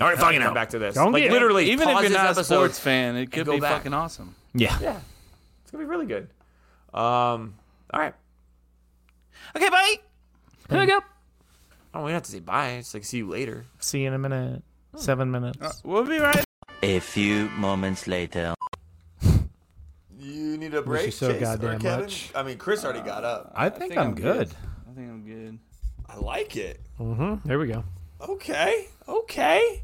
C: Already
A: Now
C: fucking
A: come
C: out.
A: Back to this.
C: Don't
A: like
C: get-
A: literally,
D: even if
A: pause
D: you're
A: this
D: not a
A: episode
D: sports fan, it could
A: and go
D: be
A: back.
D: fucking awesome.
C: Yeah.
A: Yeah, it's gonna be really good. Um, all right.
D: Okay, bye.
B: Hook up.
A: Oh, we don't have to say bye. It's like see you later.
C: See you in a minute. Seven minutes.
D: We'll be right.
L: A few moments later.
A: You need a
B: break, you so Jason or goddamn Kevin? much.
A: I mean, Chris already got up.
C: I think, I'm, good.
D: I think I'm good.
A: I like it.
B: Mm-hmm. There we go.
A: Okay. Okay.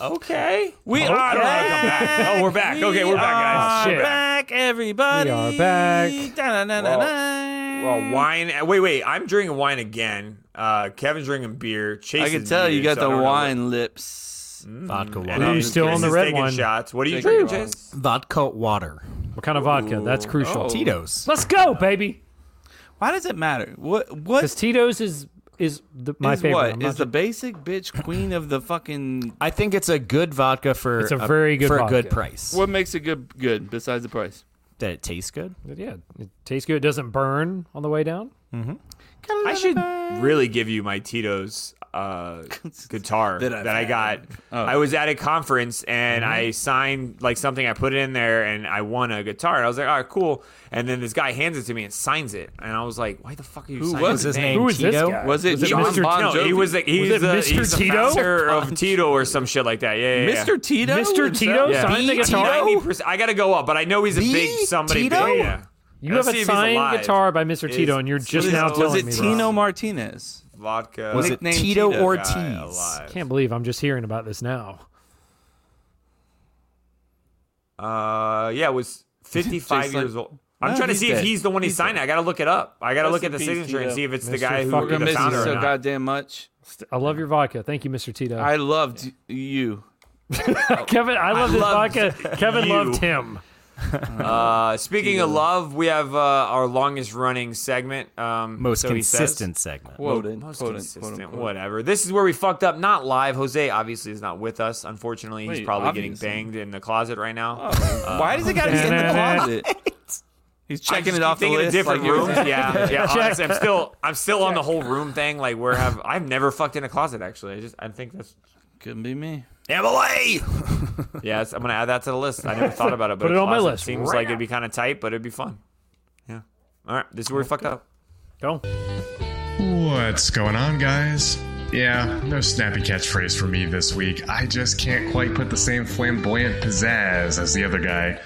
A: Okay.
D: We
B: Oh,
A: Okay.
D: are
A: back. Oh, we're back. Okay, we're back, guys.
D: We are
A: Shit.
D: back, everybody.
A: We are back. Well, wine. uh, Wait, wait. I'm drinking wine again. Uh, Kevin's drinking beer. Chase
D: I can
A: is
D: tell you
A: muted, so
D: got
A: I
D: the
A: don't know
D: wine lips.
C: Mm. Vodka
A: what-
C: water.
A: and
B: Are you
A: I'm-
B: still
A: Chris
B: on the
A: is
B: red
A: taking
B: wine?
A: Shots. What are you
D: Taking
A: drinking,
D: shots.
A: Chase?
C: Vodka water.
B: What kind of vodka? That's crucial.
D: Oh.
C: Tito's.
B: Let's go, baby.
D: Why does it matter? What what
B: Because Tito's is is the, my
D: is
B: favorite.
D: what
B: I'm
D: is
B: not-
D: the basic bitch queen of the fucking?
C: I think it's a good vodka for
B: It's a very good
C: for a good
B: vodka.
C: price.
D: What makes it good? Good besides the price.
C: That it tastes good.
B: yeah, it tastes good. It doesn't burn on the way down.
A: I should really give you my Tito's uh, guitar that,
D: That I've
A: I got.
D: had. Oh.
A: I was at a conference and I signed like something. I put it in there and I won a guitar. And I was like, all right, cool. And then this guy hands it to me and signs it. And I was like, why the fuck are you?
D: Who
A: signing
D: was
A: this
C: his
A: name?
C: name?
B: Who is this
C: Tito?
B: guy?
D: Was it John
B: Mr.
D: Bon
A: No,
D: Jovi?
A: he was like he's
B: Was it
A: the,
B: Mr.
A: he's the
B: Tito?
A: founder of Tito or some shit like that. Yeah, yeah, yeah.
D: Mr. Tito.
B: Mr.
D: himself?
B: Tito
A: Yeah.
B: signed the
A: B
B: guitar.
A: 90%. I gotta go up, but I know he's a big somebody.
C: Tito?
A: Big, yeah.
B: You
A: Let's
B: have
A: see
B: a
A: if he's
B: signed
A: alive.
B: guitar by Mr.
A: Is-
B: Tito, and you're
A: was
B: just
A: it-
B: now
A: was
D: Was
B: telling
D: it
B: me.
D: Tino
B: this.
D: Martinez?
A: Vodka.
C: Was it
D: Nicknamed
C: Tito,
D: Tito
C: Ortiz?
A: guy alive.
B: Can't believe I'm just hearing about this now.
A: Uh, yeah, it was 55
D: Jake's
A: years
D: like,
A: old. I'm
D: "No,
A: trying to
D: he's
A: see if
D: dead.
A: he's the one he
D: He's
A: signed. it. I gotta look it up. I gotta
D: Rest
A: look at
D: in
A: the
D: peace,
A: signature and
D: Tito.
A: see if it's the
B: Mr.
A: guy who
B: fucking
A: the
D: Gonna miss you
A: founder or
D: so
A: not.
D: goddamn much.
B: I love your vodka. Thank you, Mr. Tito.
D: I loved you.
B: Kevin, I love this
A: loved
B: vodka. Kevin
A: you.
B: loved him.
A: Uh, speaking of love, we have uh, our longest running segment. Um,
C: Most
A: so he says.
C: consistent segment.
D: Quoted.
A: Most
D: quoted,
A: consistent,
D: quote unquote.
A: whatever. This is where we fucked up. Not live. Jose obviously is not with us. Unfortunately, he's
D: Wait,
A: probably
D: obviously. Oh,
A: getting banged in the closet right now. Uh,
D: Why does it gotta be in the closet? He's
A: I
D: checking
A: just
D: it
A: keep
D: off the
A: thinking of
D: list.
A: different
D: like you were
A: rooms.
D: saying.
A: Yeah, yeah. Honestly, I'm still, I'm still on the whole room thing. Like, where have I've never fucked in a closet? Actually, I just, I think that's.
D: Couldn't be me.
C: Emily.
A: Yeah, it's- I'm gonna add that to the list. I never thought about it, but
B: Put
A: a
B: it on my
A: closet
B: list
A: Seems
B: right
A: like it'd be kind of tight, but it'd be fun. Yeah. All right, this is where we fucked up.
B: Go.
H: What's going on, guys? Yeah, no snappy catchphrase for me this week. I just can't quite put the same flamboyant pizzazz as the other guy.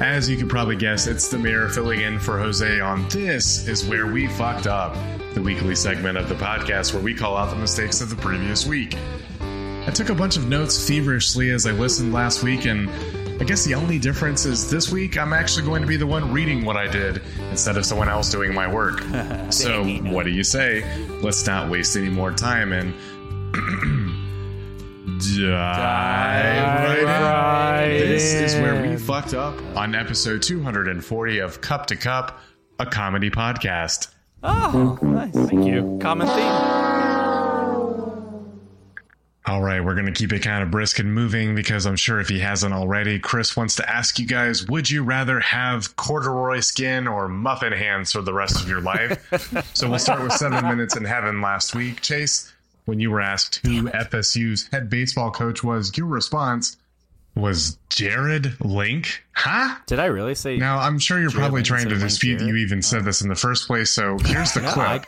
H: As you can probably guess, it's the mirror filling in for Jose on This Is Where We Fucked Up, the weekly segment of the podcast where we call out the mistakes of the previous week. I took a bunch of notes feverishly as I listened last week, and I guess the only difference is this week I'm actually going to be the one reading what I did instead of someone else doing my work. so, what do you say? Let's not waste any more time and. dive right in. This is where we fucked up on episode 240 of Cup to Cup, a comedy podcast.
D: Oh, nice. Thank
B: you.
D: Common theme.
H: All right, we're going to keep it kind of brisk and moving because I'm sure if he hasn't already, Chris wants to ask you guys would you rather have corduroy skin or muffin hands for the rest of your life? so we'll start with Seven Minutes in Heaven last week. Chase, when you were asked who FSU's head baseball coach was, your response was Jared Link? Huh?
C: Did I really say?
H: Now, I'm sure you're probably
C: Link
H: trying to
C: instead of Link
H: dispute that
C: Jared?
H: you even said this in the first place, so here's the
C: No,
H: clip.
C: I-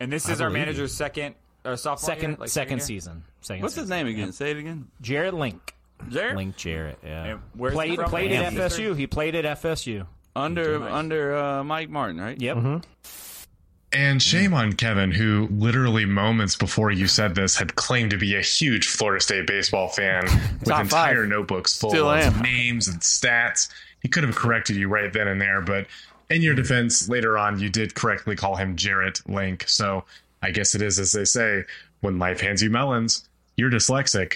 A: And this is our manager's second, uh, sophomore year,
C: second
A: like
C: second
A: year?
C: season. Second
D: What's his
C: season.
D: name again? Say it again.
C: Jared Link.
A: Jared?
C: Link Jarrett. Yeah.
A: And where's he
C: played
A: from?
C: played at
A: Hampton.
C: FSU. He played at FSU.
D: under under uh, Mike Martin, right?
C: Yep.
H: And shame on Kevin, who literally moments before you said this had claimed to be a huge Florida State baseball fan with
D: Top five.
H: entire notebooks full
D: Still
H: of
D: am.
H: names and stats. He could have corrected you right then and there, but in your defense, later on, you did correctly call him Jarrett Link. So I guess it is as they say when life hands you melons, you're dyslexic.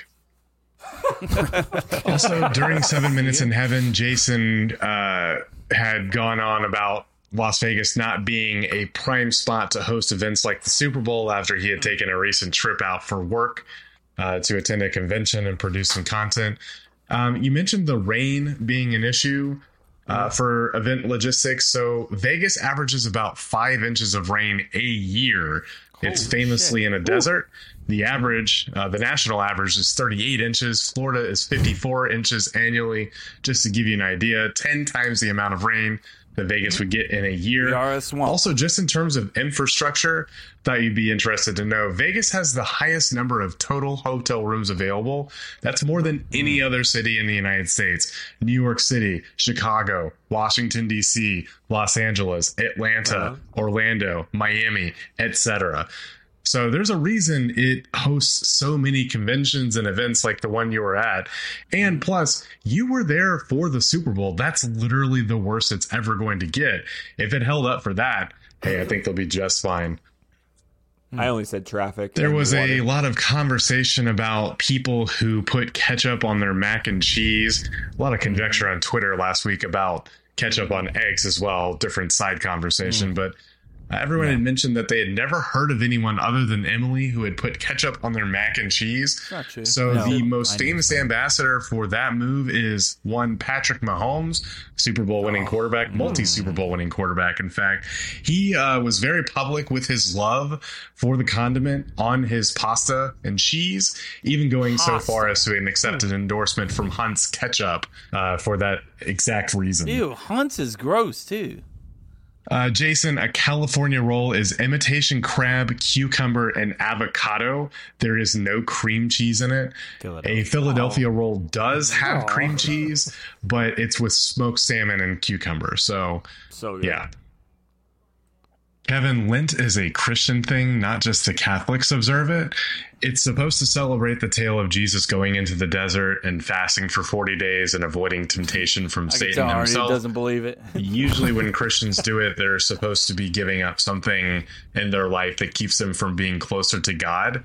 H: also, during Seven Minutes in Heaven, Jason uh, had gone on about Las Vegas not being a prime spot to host events like the Super Bowl after he had taken a recent trip out for work uh, to attend a convention and produce some content. Um, you mentioned the rain being an issue uh, for event logistics. So, Vegas averages about five inches of rain a year. it's famously in a desert. The average, uh, the national average is 38 inches. Florida is 54 inches annually. Just to give you an idea, 10 times the amount of rain that Vegas would get in a year. Also, just in terms of infrastructure, thought you'd be interested to know Vegas has the highest number of total hotel rooms available. That's more than any other city in the United States. New York City, Chicago, Washington D.C., Los Angeles, Atlanta, Orlando, Miami, etc. So there's a reason it hosts so many conventions and events like the one you were at. And plus, you were there for the Super Bowl. That's literally the worst it's ever going to get. If it held up for that, hey, I think they'll be just fine.
A: I only said traffic.
H: There
A: and
H: was
A: water.
H: a lot of conversation about people who put ketchup on their mac and cheese. A lot of conjecture on Twitter last week about ketchup on eggs as well, different side
A: Mm.
H: conversation. But uh, everyone had mentioned that they had never heard of anyone other than Emily who had put ketchup on their mac and cheese.
D: Not true.
H: So
D: No.
H: the most
D: I knew
H: famous ambassador for that move is one Patrick Mahomes, Super Bowl
D: Oh,
H: winning
D: hmm.
H: quarterback, multi Super Bowl winning quarterback. In fact, he uh, was very public with his love for the condiment on his pasta and cheese, even going so far as to an
D: Hmm.
H: accepted endorsement from Hunt's Ketchup uh, for that exact reason.
D: Ew, Hunts is gross too.
H: Uh, Jason, a California roll is imitation crab, cucumber, and avocado. There is no cream cheese in it. A Philadelphia roll does have
A: Aw.
H: cream cheese, but it's with smoked salmon and cucumber. So,
A: so good.
H: yeah. Kevin, Lent is a Christian thing, not just the Catholics observe it. It's supposed to celebrate the tale of Jesus going into the desert and fasting for 40 days and avoiding temptation from
D: I can
H: Satan
D: tell already
H: himself
D: doesn't believe it.
H: usually when christians do it they're supposed to be giving up something in their life that keeps them from being closer to god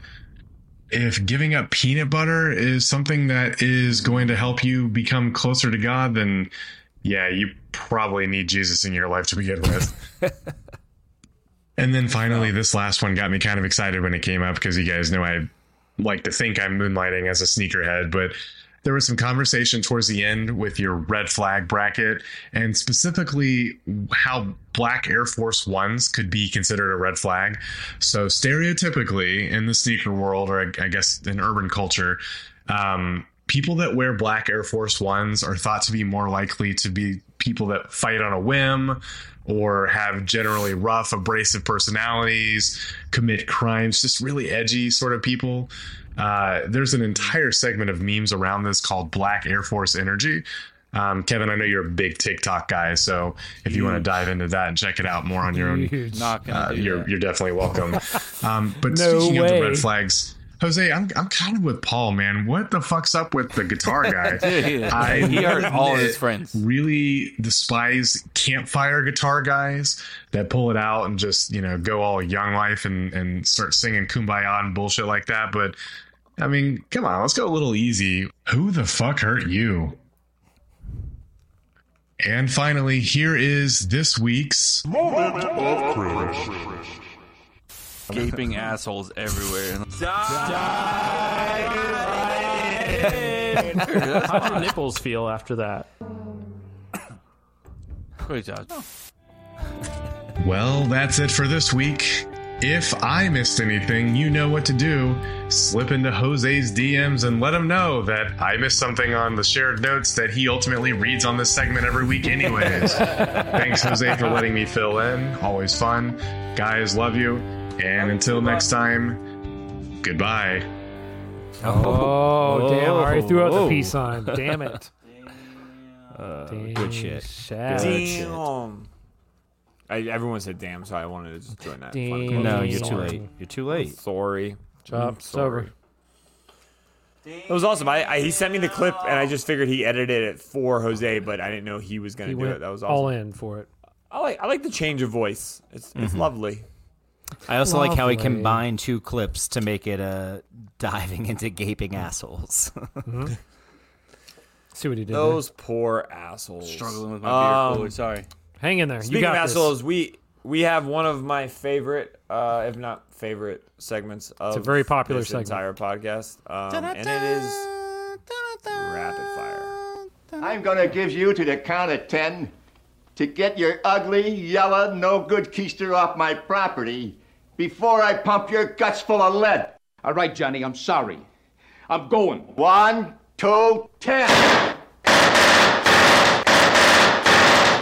H: if giving up peanut butter is something that is going to help you become closer to god then yeah you probably need jesus in your life to begin with and then finally this last one got me kind of excited when it came up because you guys know i like to think i'm moonlighting as a sneakerhead but there was some conversation towards the end with your red flag bracket and specifically how black Air Force Ones could be considered a red flag. So, stereotypically in the sneaker world, or I I guess in urban culture, um, people that wear black Air Force Ones are thought to be more likely to be people that fight on a whim or have generally rough, abrasive personalities, commit crimes, just really edgy sort of people. Uh, there's an entire segment of memes around this called Black Air Force Energy. Um, Kevin, I know you're a big TikTok guy, so if you want to dive into that and check it out more on your own,
D: Huge. Not gonna
H: uh,
D: do
H: you're
D: that.
H: you're definitely welcome. um, but
D: No
H: speaking of the
D: way.
H: red flags, Jose, I'm I'm kind of with Paul, man. What the fuck's up with the guitar guy?
D: Yeah. He
H: will
D: hurt all his
H: admit,
D: friends.
H: Really despise campfire guitar guys that pull it out and just you know go all young life and and start singing kumbaya and bullshit like that, but. I mean, come on, let's go a little easy. Who the fuck hurt you? And finally, here is this week's
E: Moment of cringe.
D: Gaping assholes everywhere.
B: How do your nipples feel after that?
D: Good job.
H: Well, that's it for this week. If I missed anything, you know what to do. Slip into Jose's DMs and let him know that I missed something on the shared notes that he ultimately reads on this segment every week, anyways. Thanks, Jose, for letting me fill in. Always fun. Guys, love you. And until next time, goodbye.
B: Oh, damn! I already threw out the
C: Oh.
B: peace sign. Damn it.
C: Uh, good shit.
B: shit.
C: Good shit.
A: Damn. I, everyone said damn, so I wanted to just join that. fun
B: Damn.
A: club.
C: No, you're too late. You're too late.
A: Sorry.
B: Chop,
A: I'm
B: it's over.
A: It was awesome. I, I he sent me the clip, and I just figured he edited it for Jose, but I didn't know he was gonna
B: He
A: do
B: went
A: it. That was awesome.
B: all in for it.
A: I like I like the change of voice. It's it's
B: Mm-hmm.
C: Mhm.
A: lovely.
C: I also like how he
A: Lovely.
C: combined two clips to make it uh, diving into gaping assholes.
B: See what he did. there.
A: Those poor assholes.
D: Struggling with my beer cooler, sorry.
B: Hang in there. You
A: Speaking
B: got
A: of
B: this.
A: assholes, we we have one of my favorite, uh, if not favorite, segments of
B: a very popular
A: this
B: segment.
A: entire podcast, um, and it is rapid fire.
M: I'm gonna give you to the count of ten to get your ugly, yellow, no good keister off my property before I pump your guts full of lead. All right, Johnny, I'm sorry. I'm going. One, two, ten.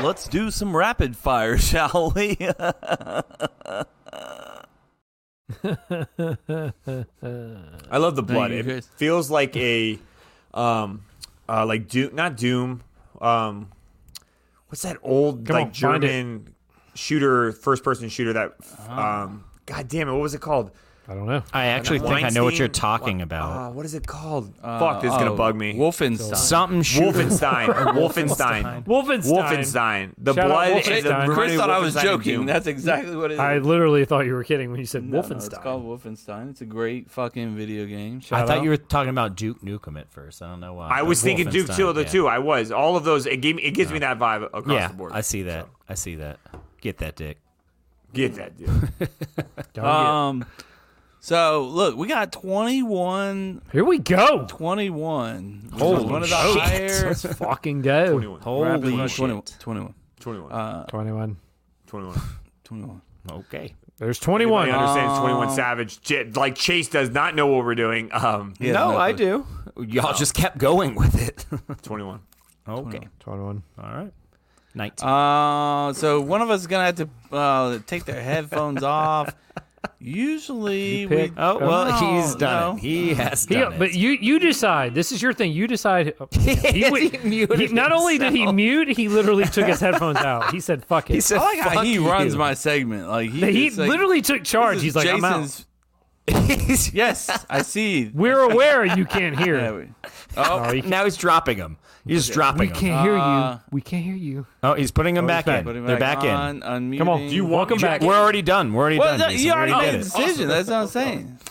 D: Let's do some rapid fire, shall we?
A: I love the
D: Thank
A: blood.
D: you,
A: It
D: Chris.
A: feels like a, um, uh, like doom, not doom. Um, what's that old
B: Come
A: like
B: on, find it.
A: German shooter, first person shooter? That f- um, god damn it, what was it called?
B: I don't know.
C: I Ah. actually think I know what you're
A: Weinstein?
C: talking
A: What- uh,
C: about.
A: what is it called?
C: Uh,
A: Fuck, this is gonna
C: oh,
A: bug me.
D: Wolfenstein.
C: Something shooter.
A: Wolfenstein. Wolfenstein.
B: Wolfenstein.
A: Wolfenstein. The
B: Shout out
A: blood. and
B: Wolfenstein.
A: the
B: Chris
A: remaining
D: thought I was
A: Wolfenstein and
D: joking.
A: Doom.
D: That's exactly what it is.
B: I literally thought you were kidding when you said
D: Uh, No, no, It's
B: Wolfenstein.
D: called Wolfenstein. It's a great fucking video game.
C: I thought you were talking about Duke Nukem at first. I don't know why.
A: I
C: but
A: was thinking Duke
C: Wolfenstein,
A: two of the
C: yeah.
A: two. I was all of those. It gave me. It gives me that vibe across
C: Yeah,
A: the board.
C: I see that. I see that. Get that dick.
A: Get that dude.
D: Um, so look, we got 21.
B: Here we go.
D: 21. Which
B: Holy
D: is one of the
B: shit.
D: higher-
B: Let's fucking go. 21.
D: Holy
B: Rapid fire.
D: 21. 21.
A: 21.
D: Uh,
B: 21.
A: 21.
D: 21.
C: Okay.
B: There's 21.
A: Anybody understands
B: Um,
A: 21 Savage. J- like Chase does not know what we're doing. Um,
C: Yeah, No, no I clue. do. Y'all just kept going with it.
A: 21.
C: Okay.
B: 21.
C: All right. 19.
D: Uh, so one of us is gonna have to uh, take their headphones off. Usually,
B: You
D: we,
B: pick- Oh, well,
C: he's done it. He has
B: He-
C: done it.
B: But you you decide. This is your thing. You decide. oh,
C: He
B: would-
C: muted
B: he- not only did he mute, he literally took his headphones out. He said, "Fuck it."
D: He I like how he runs my segment. Like he,
B: He,
D: it's like-
B: literally took charge.
D: This
B: He's
D: is
B: like, "I'm out."
D: Jason's- yes, I see.
B: We're aware you can't hear.
D: Yeah, we- Oh,
C: now he's dropping them. He's just dropping
B: We
C: them.
B: can't hear
D: Uh,
B: you. We can't hear you.
C: Oh, he's putting them
B: Oh, he's
C: back,
B: back.
C: in.
B: Putting
C: They're
D: back
C: back in.
D: on,
B: Come on.
D: unmuting.
B: You want Welcome back.
C: We're already done. We're already
D: Well,
C: done.
D: that-
C: Jason.
D: you
C: We
D: already
C: did
D: made
C: it.
D: a decision. That's what I'm saying.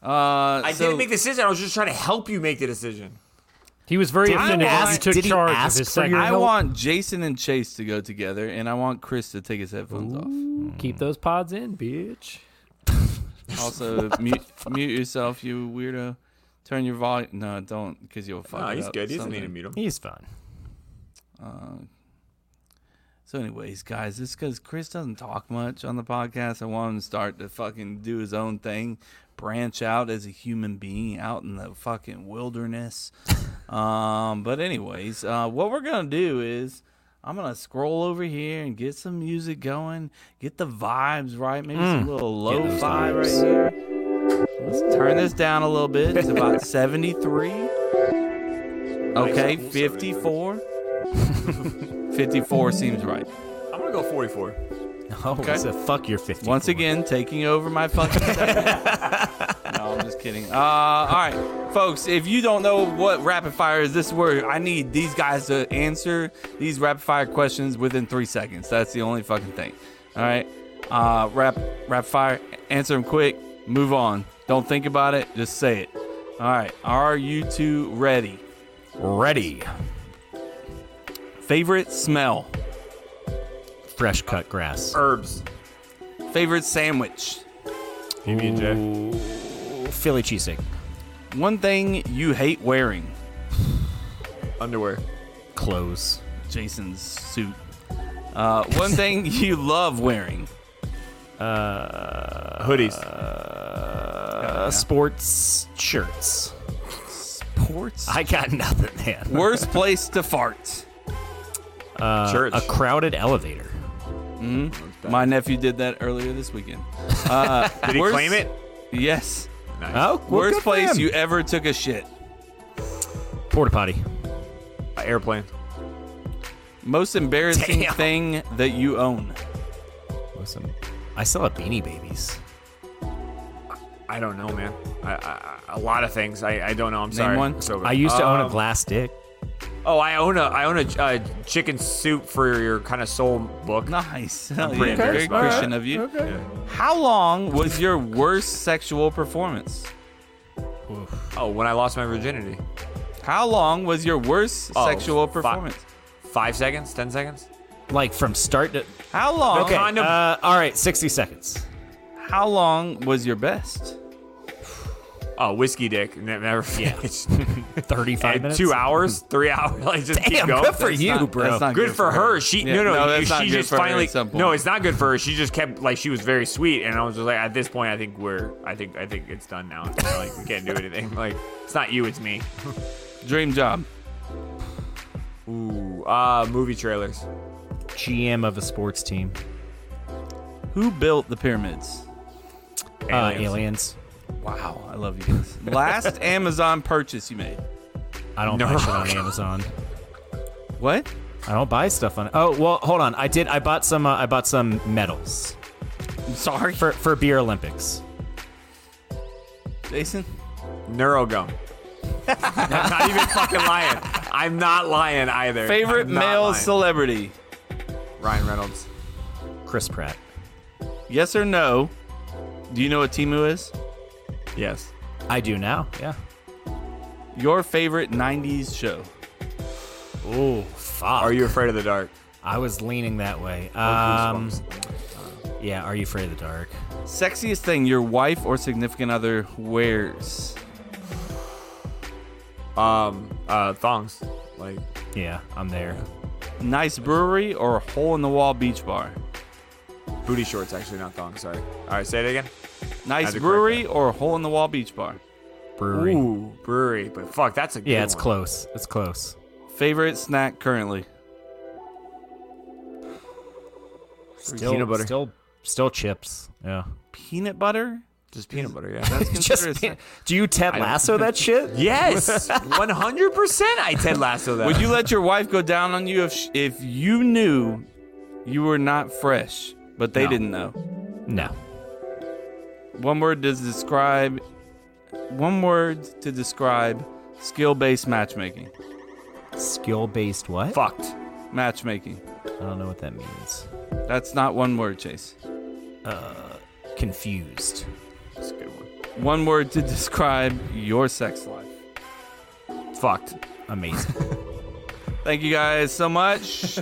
D: Uh,
A: I
D: so-
A: didn't make the decision. I was just trying to help you make the decision.
B: He was very
D: I
B: offended when you
D: want-
B: took charge of his segment.
D: I want Jason and Chase to go together, and I want Chris to take his headphones
B: keep those pods in, bitch.
D: off. Also, mute, mute yourself, you weirdo. Turn your volume. No, don't, because you'll fuck.
A: No,
D: it
A: he's
D: up.
A: good. He doesn't need
D: Something.
A: to mute him.
C: He's fine.
D: Um, so, anyways, guys, it's because Chris doesn't talk much on the podcast. I want him to start to fucking do his own thing, branch out as a human being out in the fucking wilderness. um, but, anyways, uh, what we're going to do is. I'm gonna scroll over here and get some music going, get the vibes right, maybe some little low
C: Mm. those
D: vibe right
C: vibes.
D: here. Let's turn this down a little bit. It's about 73. Okay, 54. 54 seems right.
A: I'm gonna go 44.
C: Oh,
D: Okay.
C: so fuck your 50.
D: Once again, taking over my fucking. segment. no, I'm just kidding. Uh, all right, folks, if you don't know what rapid fire is, this is where I need these guys to answer these rapid fire questions within three seconds. That's the only fucking thing. All right, uh, rap, rapid fire, answer them quick, move on. Don't think about it, just say it. All right, are you two ready?
C: Ready.
D: Favorite smell?
C: Fresh cut grass.
A: Herbs.
D: Favorite sandwich?
C: Ooh, Philly cheesesteak.
D: One thing you hate wearing?
A: Underwear.
C: Clothes.
D: Jason's suit. Uh, one thing you love wearing.
C: Uh,
A: Hoodies.
C: Uh, sports shirts.
D: Sports.
C: I got nothing, man.
D: Worst place to fart.
C: Uh,
A: Church.
C: A crowded elevator.
D: hmm My nephew did that earlier this weekend. Uh,
A: Did he
D: worst-
A: claim it?
D: Yes.
A: Nice.
C: Oh, well,
D: worst
C: good for
D: place
C: him.
D: you ever took a shit.
C: Porta potty.
A: Uh, airplane.
D: Most embarrassing thing that you own.
C: Listen, I still have Beanie Babies.
A: I don't know, man. I, I, I- a lot of things. I, I don't know. I'm
C: Name
A: sorry.
C: one.
A: It's over.
C: I used to own a
A: Um,
C: glass dick.
A: Oh, I own a I own a uh, chicken soup for your kind of soul book.
D: Nice.
A: I'm
D: Hell
A: pretty
D: yeah,
A: embarrassed
D: Very
A: about that.
D: Christian of you. How long was your worst sexual performance?
A: Oh, when I lost my virginity.
D: How long was your worst
A: Oh,
D: sexual
A: fi-
D: performance?
A: Five seconds? Ten seconds?
C: Like from start to.
D: How long?
C: Okay. uh, all right, 60 seconds.
D: How long was your best?
A: Oh, whiskey dick. Ne- Never finished.
C: 35
A: And
C: minutes?
A: Two hours? Three hours? Like, just keep
C: Damn,
A: going.
C: good for you, bro.
A: That's not good, for her. She
D: Yeah,
A: no no,
D: no,
A: you-
D: that's not
A: she
D: good
A: just
D: for her
A: finally
D: at some point.
A: no, it's not good for her. She just kept like she was very sweet, and I was just like, at this point, I think we're, I think, I think it's done now. like we can't do anything. Like it's not you, it's me.
D: Dream job.
A: Ooh, uh, movie trailers.
C: GM of a sports team.
D: Who built the pyramids?
C: Uh, aliens.
D: Wow, I love you guys. Last Amazon purchase you made.
C: I don't buy shit on Amazon.
D: What?
C: I don't buy stuff on. Oh well, hold on. I did. I bought some. Uh, I bought some medals.
D: I'm sorry
C: for for beer Olympics.
D: Jason?
A: Neurogum. I'm not even fucking lying. I'm not lying either.
D: Favorite
A: I'm not
D: male
A: lying.
D: celebrity?
A: Ryan Reynolds.
C: Chris Pratt.
D: Yes or no? Do you know what Timu is?
A: Yes.
C: I do now. Yeah.
D: Your favorite 90s show?
C: Oh fuck.
A: Are you afraid of the dark?
C: I was leaning that way. Um,
A: goosebumps.
C: yeah. Are you afraid of the dark?
D: Sexiest thing your wife or significant other wears?
A: Um, uh, thongs. Like
C: Yeah. I'm there.
D: Nice brewery or hole in the wall beach bar?
A: booty shorts, actually, not thongs. Sorry. All right, say it again.
D: Nice
A: Had to correct
D: brewery or hole in the wall beach bar?
C: Brewery.
A: Ooh, brewery. But fuck, that's a good
C: yeah. It's
A: one.
C: close. It's close.
D: Favorite snack currently?
C: Still,
A: peanut butter.
C: Still, still chips. Yeah.
D: Peanut butter?
A: Just peanut butter. Yeah. That's
D: considered a
C: pe-
D: snack.
C: do you Ted
D: I-
C: Lasso that shit?
A: yes, 100. percent I Ted Lasso that.
D: Would you let your wife go down on you if sh- if you knew you were not fresh, but they
C: No.
D: didn't know?
C: No.
D: One word does describe. One word to describe skill-based matchmaking.
C: Skill based what?
A: fucked?
D: Matchmaking.
C: I don't know what that means.
D: That's not one word, Chase.
C: Uh, confused.
A: That's a good one.
D: One word to describe your sex life.
A: Fucked.
C: Amazing.
D: Thank you guys so much.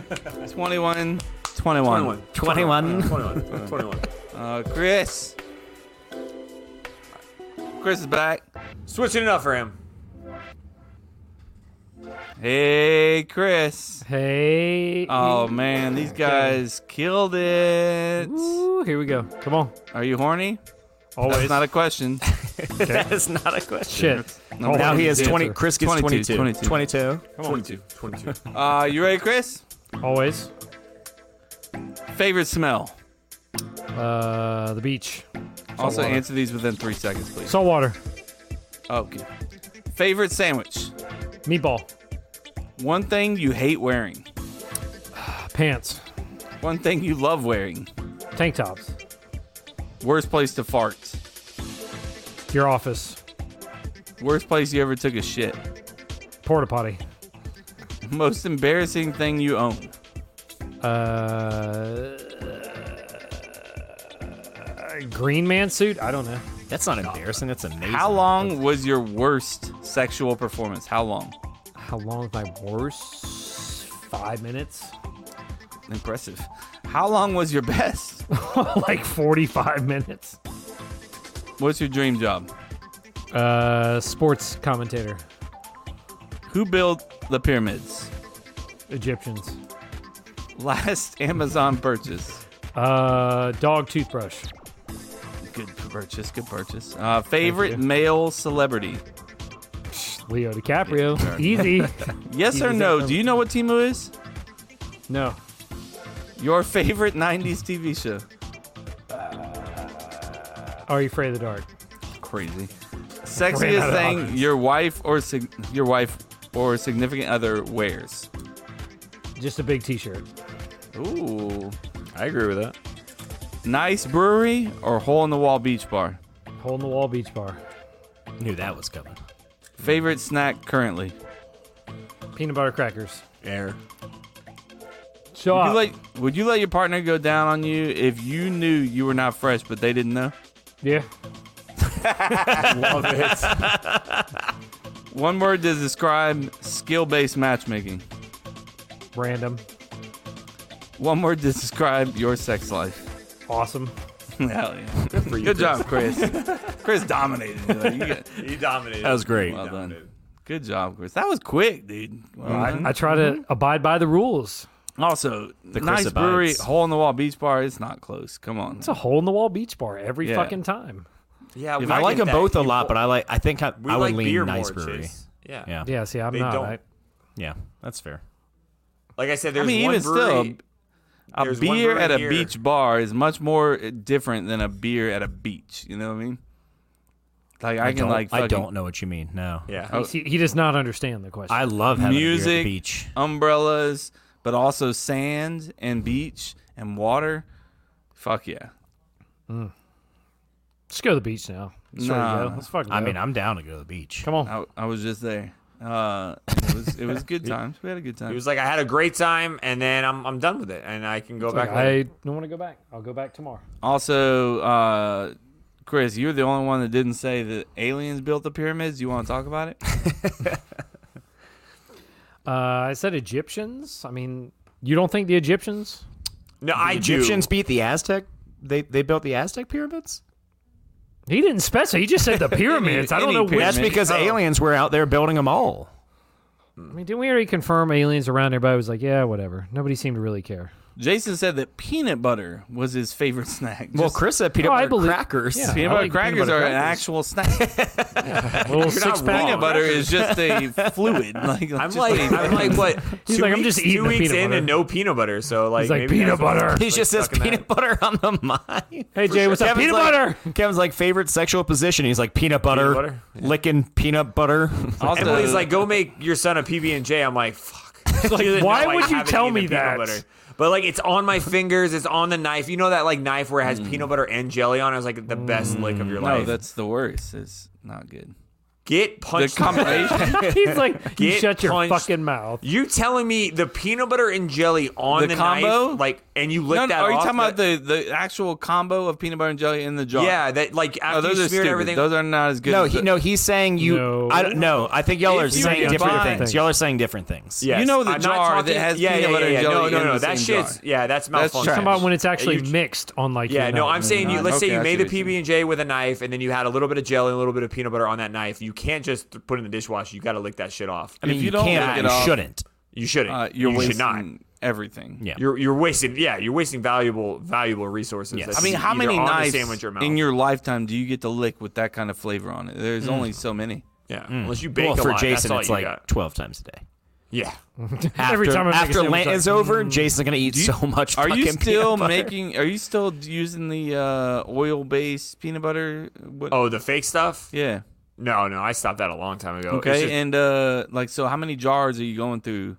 D: 21, 21.
A: 21.
C: 21.
A: 21. 21.
D: Uh, Chris. Chris is back.
A: Switching it up for him.
D: Hey, Chris.
B: Hey.
D: Oh man, these guys killed it.
B: Ooh, here we go. Come on.
D: Are you horny?
B: Always.
D: That's not a question.
C: that is not a question.
B: Shit.
D: Number
C: Now
D: one
C: he has
D: is the
C: 20.
D: answer.
C: Chris gets 22.
D: 22.
A: 22. 22.
D: Uh, you ready, Chris?
B: Always.
D: Favorite smell.
B: Uh, the beach.
D: Also,
B: water.
D: answer these within three seconds, please.
B: Salt water.
D: Okay. Favorite sandwich.
B: Meatball.
D: One thing you hate wearing.
B: Pants.
D: One thing you love wearing.
B: Tank tops.
D: Worst place to fart.
B: Your office.
D: Worst place you ever took a shit.
B: Porta potty.
D: Most embarrassing thing you own.
B: Uh, green man suit. I don't know.
C: That's not embarrassing. That's amazing.
D: How long was your worst sexual performance? How long?
B: How long is my worst? Five minutes.
D: Impressive. How long was your best?
B: like forty-five minutes.
D: What's your dream job?
B: Uh, sports commentator.
D: Who built the pyramids?
B: Egyptians.
D: Last Amazon purchase.
B: Uh, dog toothbrush.
D: Good purchase. Good purchase. Uh, favorite male celebrity?
B: Leo DiCaprio. Easy.
D: Yes or
B: Easy,
D: no?
B: Zach.
D: Do you know what Timu is?
B: no.
D: Your favorite 90s TV show?
B: Are you afraid of the dark?
D: Crazy.
B: Ran out
D: Sexiest
B: of
D: thing
B: options.
D: your wife or sig- your wife or significant other wears.
B: Just a big T-shirt.
D: Ooh,
A: I agree with that.
D: Nice brewery or hole in the wall beach bar?
B: Hole in the wall beach bar.
C: Knew that was coming.
D: Favorite snack currently?
B: Peanut butter crackers.
D: Air.
B: Show
D: would you,
B: up.
D: let, would you let your partner go down on you if you knew you were not fresh but they didn't know?
B: Yeah.
D: Love it. One word to describe skill based matchmaking.
B: Random.
D: One word to describe your sex life.
B: Awesome.
D: Hell yeah. Good
A: for you,
D: Good job,
A: Chris.
D: Chris. Chris dominated. You got-
A: He dominated.
C: That was great.
D: Well done. Good job, Chris. That was quick, dude. Well done.
B: I try to abide by the rules.
D: Also, the
B: Chris
D: nice brewery,
B: abides.
D: hole in the wall beach bar. It's not close. Come on.
B: It's a hole in the wall beach bar every
D: Yeah.
B: fucking time.
A: Yeah,
C: I like them both a lot, but I like. I think I,
A: We
C: I would
A: like
C: lean
A: beer
C: nice
A: more,
C: brewery.
A: Chase. Yeah.
C: yeah,
B: Yeah, see, I'm
A: They
B: not.
A: don't.
B: Right?
C: yeah. That's fair.
A: Like I said,
D: I
A: there's
D: mean,
A: one
D: even
A: brewery.
D: still, a
A: there's one
D: beer
A: brewery
D: at a
A: here-
D: beach bar is much more different than a beer at a beach. You know what I mean? Like I, can
C: don't,
D: like.
C: I
D: fucking-
C: don't know what you mean. No.
A: Yeah.
D: Oh.
B: He, he does not understand the question.
C: I love having a beer at the
D: music,
C: beach.
D: umbrellas, but also sand and beach and water. Fuck yeah!
B: Let's go to the beach now. Let's ready to
D: Nah.
B: go. Let's fucking
C: I
B: go.
C: mean, I'm down to go to the beach.
B: come on.
D: I, I was just there. Uh, it was it was good times. We had a good
A: He
D: time.
A: was like, I had a great time, and then I'm, I'm done with it, and I can go
B: It's
A: back.
B: like,
A: later.
B: I don't want to go back. I'll go back tomorrow.
D: Also, uh, Chris, you're the only one that didn't say that aliens built the pyramids. You want to talk about it?
B: Uh, I said Egyptians. I mean, you don't think the Egyptians?
A: no, I
C: Egyptians beat the Aztec. They they built the Aztec pyramids.
B: He didn't specify. He just said the pyramids. I don't
D: any
B: know which.
C: That's
D: Pyramid.
C: because aliens were out there building them all.
B: I mean, didn't we already confirm aliens around? Everybody was like, yeah, whatever. Nobody seemed to really care.
D: Jason said that peanut butter was his favorite snack.
C: Well,
D: Just-
C: Chris said peanut
B: Oh, I
C: butter
B: believe-
C: crackers.
B: yeah.
D: peanut
B: I
D: butter
B: like peanut
D: crackers
B: butter
D: are an
B: crackers.
D: actual snack.
B: little six pack.
D: peanut butter is just a fluid. Like
A: I'm
D: just
A: like,
D: a-
A: I'm like, what?
B: He's
A: two
B: like,
A: weeks,
B: I'm just eating
A: two
B: the
A: weeks
B: peanut
A: in
B: butter.
A: and no peanut butter. So like,
B: He's like,
A: maybe
B: peanut
A: that's what-
B: butter.
C: He just says
A: stuck in
C: peanut butter on the mind.
B: Hey, Jay, what's up?
C: Kevin's
B: Peanut
C: like-
B: butter.
C: Kevin's like favorite sexual position. He's like peanut butter,
A: Peanut butter?
C: licking peanut butter.
D: also,
A: Emily's like, go make your son a PB and J. I'm like, fuck. She doesn't
B: why
A: know I
B: would you
A: haven't
B: tell
A: eaten
B: me
A: peanut
B: that?
A: But like, it's on my fingers. It's on the knife. You know that like knife where it has peanut butter and jelly on. it? It's like the best lick of your
D: Hmm. no,
A: life.
D: that's the worst. It's not good.
A: Get
D: The
A: punched. in the
D: combination,
B: He's like, you
A: Get
B: shut your
A: punched.
B: fucking mouth.
A: You telling me the peanut butter and jelly on the,
D: The combo?
A: knife, like, and you lick
D: no, no,
A: that
D: are you
A: off?
D: talking about
A: that-
D: the, the actual combo of peanut butter and jelly in the jar?
A: Yeah, that like
D: No,
A: after you
D: those are
A: smeared
D: stupid.
A: everything.
D: Those are not as good.
C: no,
D: as
C: he,
D: the-
C: no, he's saying you.
B: No.
C: I don't know. I think y'all
D: If
C: are
D: you
C: saying
D: combine-
C: different things. Y'all are saying different things.
A: Yes.
D: You know the
A: I'm not
D: jar
A: talking-
D: that has
A: yeah,
D: peanut
A: yeah,
D: butter
A: yeah,
D: and
A: yeah. No,
D: jelly
A: no,
D: in
A: no.
D: the
A: that
D: same
A: shit's
D: jar.
A: yeah, that's
D: That's
A: malfunction.
D: trash.
B: Talking about when it's actually
A: You-
B: mixed on like.
A: Yeah,
B: your
A: no,
B: knife.
A: I'm saying you.
D: Mm,
A: Let's
D: okay,
A: say you
D: I
A: made
D: see
A: a
D: what you
A: PB and J with a knife, and then you had a little bit of jelly and a little bit of peanut butter on that knife. You can't just th- put it in the dishwasher. You got to lick that shit off.
C: I mean,
D: If
C: you,
D: you don't
C: can't.
D: lick it
C: You
D: off-
C: shouldn't.
A: You shouldn't.
D: Uh, you're
A: you
D: wasting
A: should not.
D: everything.
C: Yeah.
A: You're you're wasting. Yeah, you're wasting valuable valuable resources.
C: Yes.
A: that's
D: I mean, how
A: either
D: many
A: on the
D: knives
A: sandwich or mouth.
D: in your lifetime do you get to lick with that kind of flavor on it? There's only so many.
A: yeah?
D: Mm.
A: Unless you bake
C: well,
A: a
C: for
A: lot, that's
C: Jason,
A: all
C: it's
A: you
C: like
A: got.
C: twelve times a day.
A: yeah.
C: After,
B: Every time I make a
C: after
B: sandwich,
C: Lent
B: I'm
C: is
B: like, mm.
C: over, Jason's gonna eat so much.
D: Are you
C: fucking peanut
D: still
C: butter.
D: making? Are you still using the uh, oil-based peanut butter? What,
A: Oh, the fake stuff.
D: yeah.
A: No, no, I stopped that a long time ago. It's
D: Okay,
A: just-
D: and uh, like, so how many jars are you going through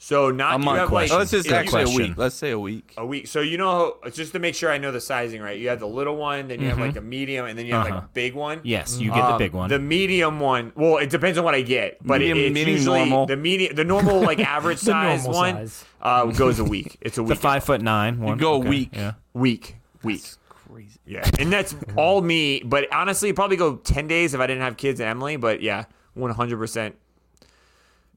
A: so not
D: a
A: you
D: month?
A: have Oh. like
D: Oh, let's just
A: if you-
D: actually a
C: question.
D: week. Let's say a week.
A: a week. So you know, just to make sure I know the sizing right, you have the little one, then you have like a medium, and then you have like
C: Mm-hmm. Uh-huh.
A: a big one.
C: Yes, you get the
D: Um,
C: big one.
A: The medium one. Well, it depends on what I get, but it,
D: Medium
A: it's
D: meaning
A: usually
D: normal.
A: the medium, the normal like average
B: The normal
A: size one
B: size.
A: Uh, goes a week. It's a
C: the
A: week.
C: five foot nine one.
D: go a
C: Okay,
D: week.
C: Yeah.
A: week. Week.
D: Crazy.
A: Yeah, and that's all me. But honestly, it'd probably go ten days if I didn't have kids and Emily. But yeah, one hundred percent,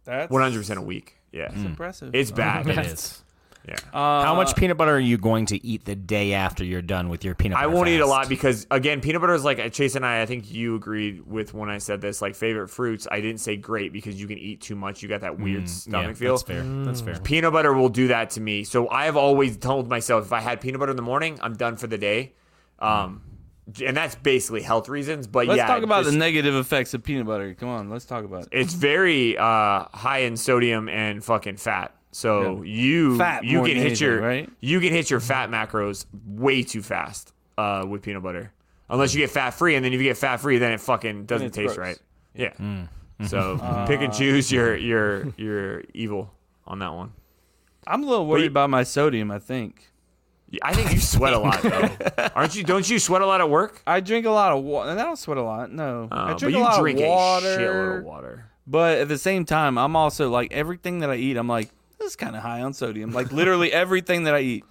D: That's
A: one hundred percent a week. Yeah,
D: impressive.
A: it's bad.
C: Mm. It is.
A: Yeah.
C: How much peanut butter are you going to eat the day after you're done with your peanut
A: I
C: butter?
A: won't eat a
C: fast?
A: lot because again, peanut butter is like Chase and I. I think you agreed with when I said this. Like favorite fruits, I didn't say grape because you can eat too much. You got that weird stomach feel.
C: yeah,
A: Mm.
C: That's fair. That's fair.
A: Peanut butter will do that to me. So I have always told myself if I had peanut butter in the morning, I'm done for the day. Um, and that's basically health reasons. But
D: Let's
A: yeah,
D: talk about
A: just-
D: the negative effects of peanut butter. Come on, let's talk about it.
A: it's very uh, high in sodium and fucking fat. So you
D: Fat
A: you
D: more
A: can
D: than
A: hit your
D: anything, right?
A: you can hit your fat macros way too fast uh, with peanut butter, unless you get fat free, and then if you get fat free, then it fucking doesn't
D: it's
A: taste
D: gross. Uh,
A: right. Yeah. So pick and choose your your your evil on that one.
D: I'm a little worried about my sodium. I think.
A: I think you sweat a lot, though. Aren't you? Don't you sweat a lot at work?
D: I drink a lot of water, and I don't sweat a lot. No, I
A: Uh, but
D: drink a
A: you
D: lot
A: drink a
D: of water.
A: shitload of water.
D: But at the same time, I'm also like everything that I eat. I'm like this is kind of high on sodium. Like literally everything that I eat.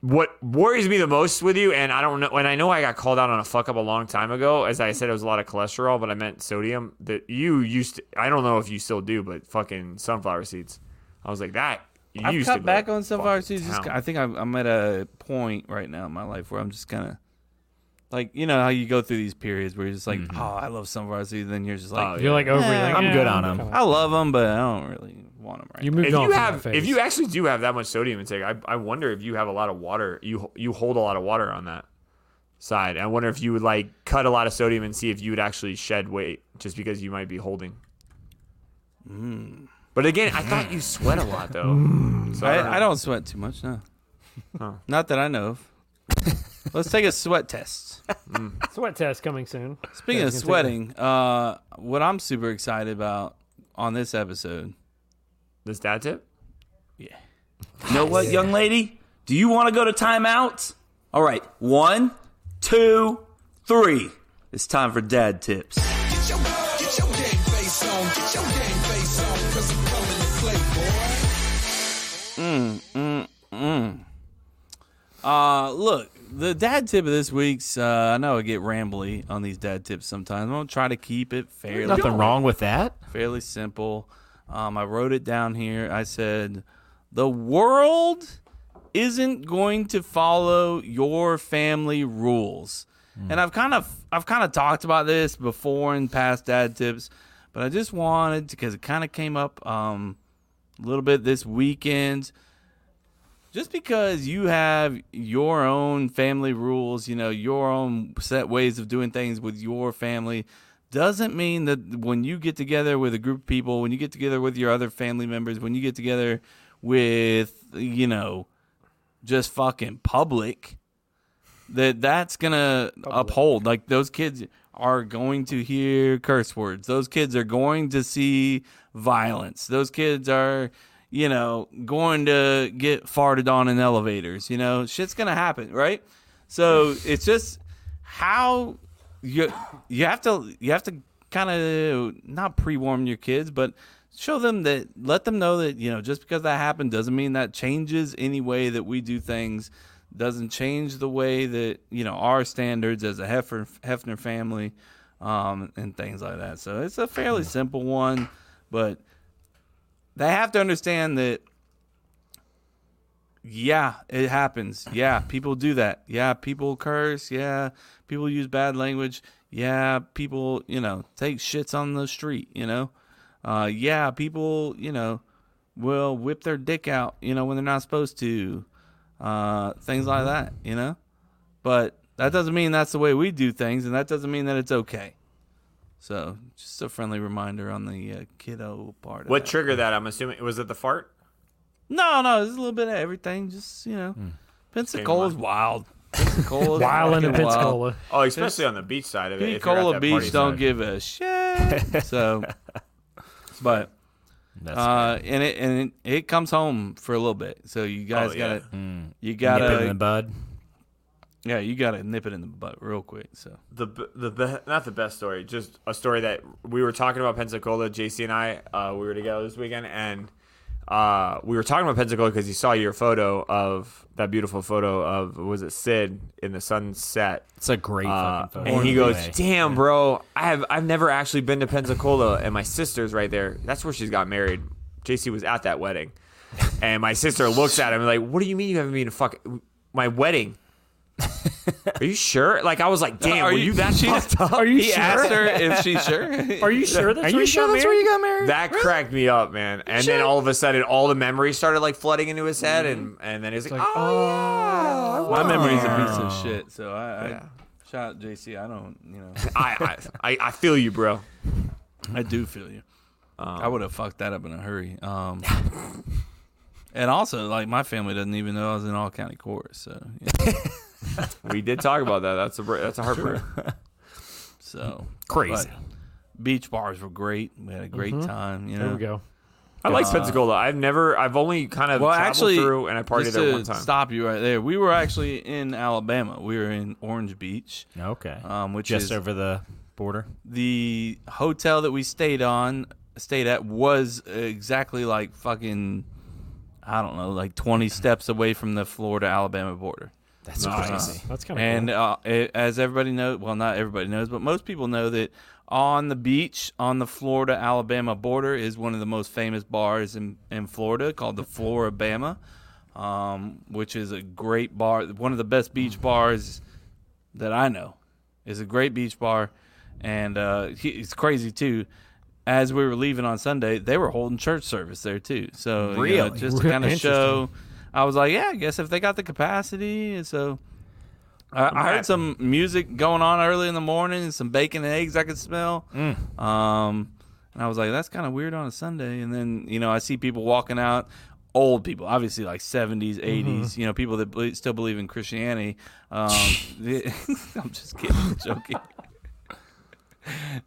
A: What worries me the most with you, and I don't know, and I know I got called out on a fuck up a long time ago. As I said, it was a lot of cholesterol, but I meant sodium. That you used, to, I don't know if you still do, but fucking sunflower seeds. I was like that. You
D: I've
A: used to
D: cut
A: go
D: back on sunflower
A: fucking
D: seeds. Just,
A: town.
D: I think I'm, I'm at a point right now in my life where I'm just kind of like, you know how you go through these periods where you're just like, oh, I love sunflower seeds. Then you're just like,
A: Mm-hmm. Oh, You're, yeah. like, over it, like,
D: I'm
A: yeah,
D: good on
A: I'm
D: them.
A: fine.
D: I love them, but I don't really want them right. now.
A: if you have, if you actually do have that much sodium intake, I, I wonder if you have a lot of water. You you hold a lot of water on that side. I wonder if you would like cut a lot of sodium and see if you would actually shed weight just because you might be holding.
D: Hmm.
A: But again, I thought you sweat a lot though. So
D: I,
A: don't know.
D: I don't sweat too much no. Not that I know of. Let's take a sweat test.
B: Sweat test coming soon.
D: Speaking
B: Yeah,
D: of
B: it's gonna take a-
D: sweating, uh, what I'm super excited about on this episode.
A: This dad tip?
N: You know what, young lady? Do you want to go to timeout? All right, one, two, three. It's time for dad tips.
O: Get your game face on, get your game face on, cause I'm coming to play, boy.
D: Mm, mm, mm. Uh, look, the dad tip of this week's, uh, I know I get rambly on these dad tips sometimes. I'm going to try to keep it fairly.
C: There's nothing wrong with that.
D: Fairly simple. Um, I wrote it down here. I said, the world isn't going to follow your family rules. And I've kind of I've kind of talked about this before in past dad tips, but I just wanted because it kind of came up um, a little bit this weekend just because you have your own family rules, you know, your own set ways of doing things with your family doesn't mean that when you get together with a group of people, when you get together with your other family members, when you get together with, you know, just fucking public that that's going to uphold like those kids are going to hear curse words. Those kids are going to see violence. Those kids are you know, going to get farted on in elevators. You know, shit's gonna happen, right? So it's just how you you have to you have to kind of not pre-warm your kids, but show them that let them know that you know just because that happened doesn't mean that changes any way that we do things. Doesn't change the way that you know our standards as a Hefner Hefner family, um, and things like that. So it's a fairly simple one, but they have to understand that yeah it happens yeah people do that yeah people curse yeah people use bad language yeah people you know take shits on the street you know uh yeah people you know will whip their dick out you know when they're not supposed to uh things like that you know but that doesn't mean that's the way we do things and that doesn't mean that it's okay so just a friendly reminder on the uh, kiddo part of
A: What
D: that.
A: triggered that? I'm assuming was it the fart?
D: No, no, it's a little bit of everything. Just you know,
A: Hmm.
D: Pensacola's wild. Pensacola's
A: Wild in
D: fucking
A: Pensacola.
D: wild.
A: Oh, especially on the beach side of it, if you're at
D: Pensacola
A: that
D: Beach
A: party
D: don't
A: side.
D: give a shit. so, but uh, and it and it, it comes home for a little bit. So you
A: Oh,
D: guys
C: yeah.
D: gotta
A: Hmm.
C: Mm.
D: you gotta
C: Nip it in the bud.
D: Yeah, you gotta nip it in the butt real quick. So
A: the b- the be- not the best story, just a story that we were talking about Pensacola. JC and I, uh, we were together this weekend, and uh, we were talking about Pensacola because he saw your photo of that beautiful photo of was it Sid in the sunset.
C: It's a great
A: Uh,
C: fucking photo.
A: and he goes,
C: Anyway.
A: "Damn, bro, I have I've never actually been to Pensacola, and my sister's right there. That's where she's got married. JC was at that wedding, and my sister looks at him like, "What do you mean you haven't been to fuck my wedding?" Are you sure? Like I was like, "Damn,
D: Are
A: were
D: you-
A: you, that
D: she-
A: fucked up?"
D: are you He sure? asked her if she's sure. Are you sure that's Are where you you sure got that's where married? you got married?
A: That cracked me up, man. And then all of a sudden, all the memories started like flooding into his head,
D: Mm-hmm.
A: and and then he was like, "Oh,
D: oh, my memory's a piece
A: Wow.
D: of shit. So I, I shout out JC. I don't you know
A: I, I I I feel you, bro."
D: I do feel you.
A: Um,
D: I would have fucked that up in a hurry. Um, and also, like my family doesn't even know I was in all county court, so you know.
A: we did talk about that. That's a br- that's a heartbreak.
D: so
A: Crazy.
D: but Beach bars were great. We had a great
A: Mhm.
D: time. You know,
A: There we go. I like
D: Uh,
A: Pensacola. I've never. I've only kind of
D: well,
A: traveled
D: actually,
A: through, and I partied
D: just
A: there
D: to
A: one time.
D: Stop you right there. We were actually in Alabama. We were in Orange Beach. Okay. Um, which
C: Just
D: is
C: over the border.
D: the hotel that we stayed on stayed at was exactly like fucking I don't know, like 20 steps away from the Florida Alabama border.
C: That's Nice. crazy. That's kinda
D: And
C: cool.
D: uh, it, as everybody knows, well, not everybody knows, but most people know that on the beach on the Florida Alabama border is one of the most famous bars in, in Florida called the Florabama, um, which is a great bar, one of the best beach bars that I know is a great beach bar, and uh, he, it's crazy too. As we were leaving on Sunday, they were holding church service there too. So you know,
P: Really?
D: just to
P: Really
D: kind of show,
P: interesting.
D: I was like, yeah, I guess if they got the capacity, and so. I, I heard some music going on early in the morning and some bacon and eggs I could smell.
C: Mm.
D: Um, and I was like, that's kind of weird on a Sunday. And then, you know, I see people walking out, old people, obviously like 70s,
C: Mm-hmm.
D: 80s, you know, people that ble- still believe in Christianity. Um, the- I'm just kidding, I'm joking.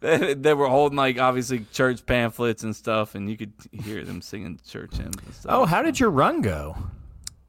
D: they, they were holding like obviously church pamphlets and stuff, and you could hear them singing church hymns and stuff.
C: Oh, how did your run go?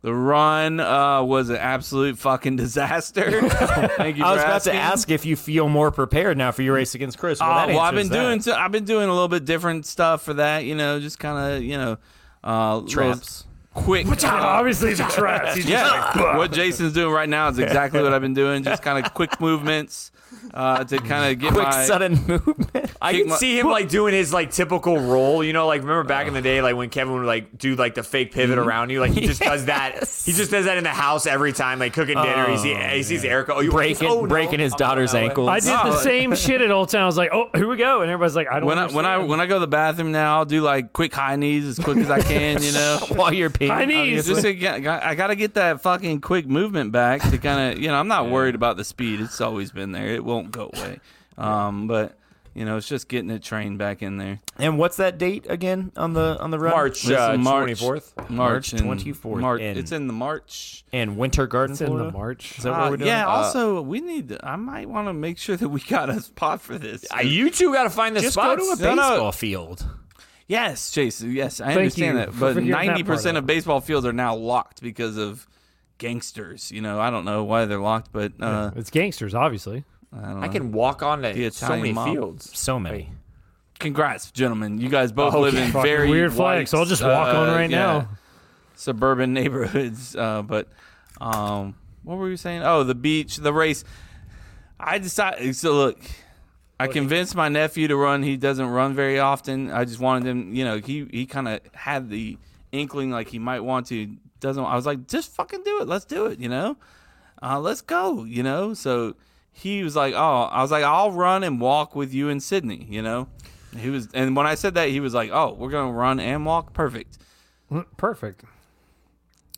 D: The run uh, was an absolute fucking disaster. Thank you
C: I
D: for
C: was about
D: asking.
C: to ask if you feel more prepared now for your race against Chris. Well,
D: Uh,
C: that
D: well, I've been
C: answers that.
D: doing so- I've been doing a little bit different stuff for that. You know, just kind of you know, uh, little
C: Traps.
D: quick.
B: Which are obviously the traps. He's just
D: yeah,
B: like, "Bah."
D: what Jason's doing right now is exactly what I've been doing. Just kind of quick movements uh, to kind of get
A: Quick,
D: my
A: sudden
C: movement.
A: I can see him like doing his like typical role, you know, like remember back in the day, like when Kevin would like do like the fake pivot
D: Mm-hmm.
K: Mhm.
A: around you, like he just does that. He just does that in the house every time, like cooking dinner. he, see, he sees Erica, oh, you
C: breaking
A: oh, no.
C: breaking his daughter's ankles.
B: I did the same shit at Old Town. I was like, oh, here we go, and everybody's like, I don't.
D: when I when I when I go to the bathroom now, I'll do like quick high knees as quick as I can, you know,
C: while you're peeing.
B: High knees.
D: Just to get- I got to get that fucking quick movement back to kind of, you know, I'm not worried about the speed. It's always been there. It won't go away. Um, but you know, it's just getting the train back in there.
C: And what's that date again on the on the run?
D: March, This uh, is March. 24th?
C: March
D: March in-
C: twenty fourth.
D: Mar- it's in the March.
C: And Winter Garden,
D: It's in
C: Florida?
D: the March.
C: Is that where
D: Uh,
C: we're doing?
D: yeah.
C: it?
D: also, we need. To, I might want to make sure that we got a spot for this.
A: Uh, you two got to find the
D: Just go
A: spots.
D: to a No, no. baseball
C: field.
D: Yes, Jason. Yes, I
A: Thank
D: understand
A: you
D: that.
A: for
D: But
A: figuring that part
D: ninety percent
A: out.
D: of baseball fields are now locked because of gangsters. You know, I don't know why they're locked, but uh,
B: it's gangsters, obviously.
D: I, don't know.
A: I can walk on to
D: The
A: so
D: Italian
A: many
D: mob.
A: fields.
C: So many.
D: Congrats, gentlemen. You guys both live
B: Okay.
D: in
B: Fucking
D: very
B: weird
D: white, uh,
B: flex. I'll just walk on right now.
D: Suburban neighborhoods, uh, but um, what were you saying? Oh, the beach, the race. I decided. So look, I convinced my nephew to run. He doesn't run very often. I just wanted him. You know, he he kind of had the inkling like he might want to. Doesn't. I was like, just fucking do it. Let's do it. You know, uh, let's go. You know. So he was like, oh, I was like, I'll run and walk with you in Sydney. You know. He was, and when I said that, he was like, "Oh, we're gonna run and walk, perfect."
B: Perfect.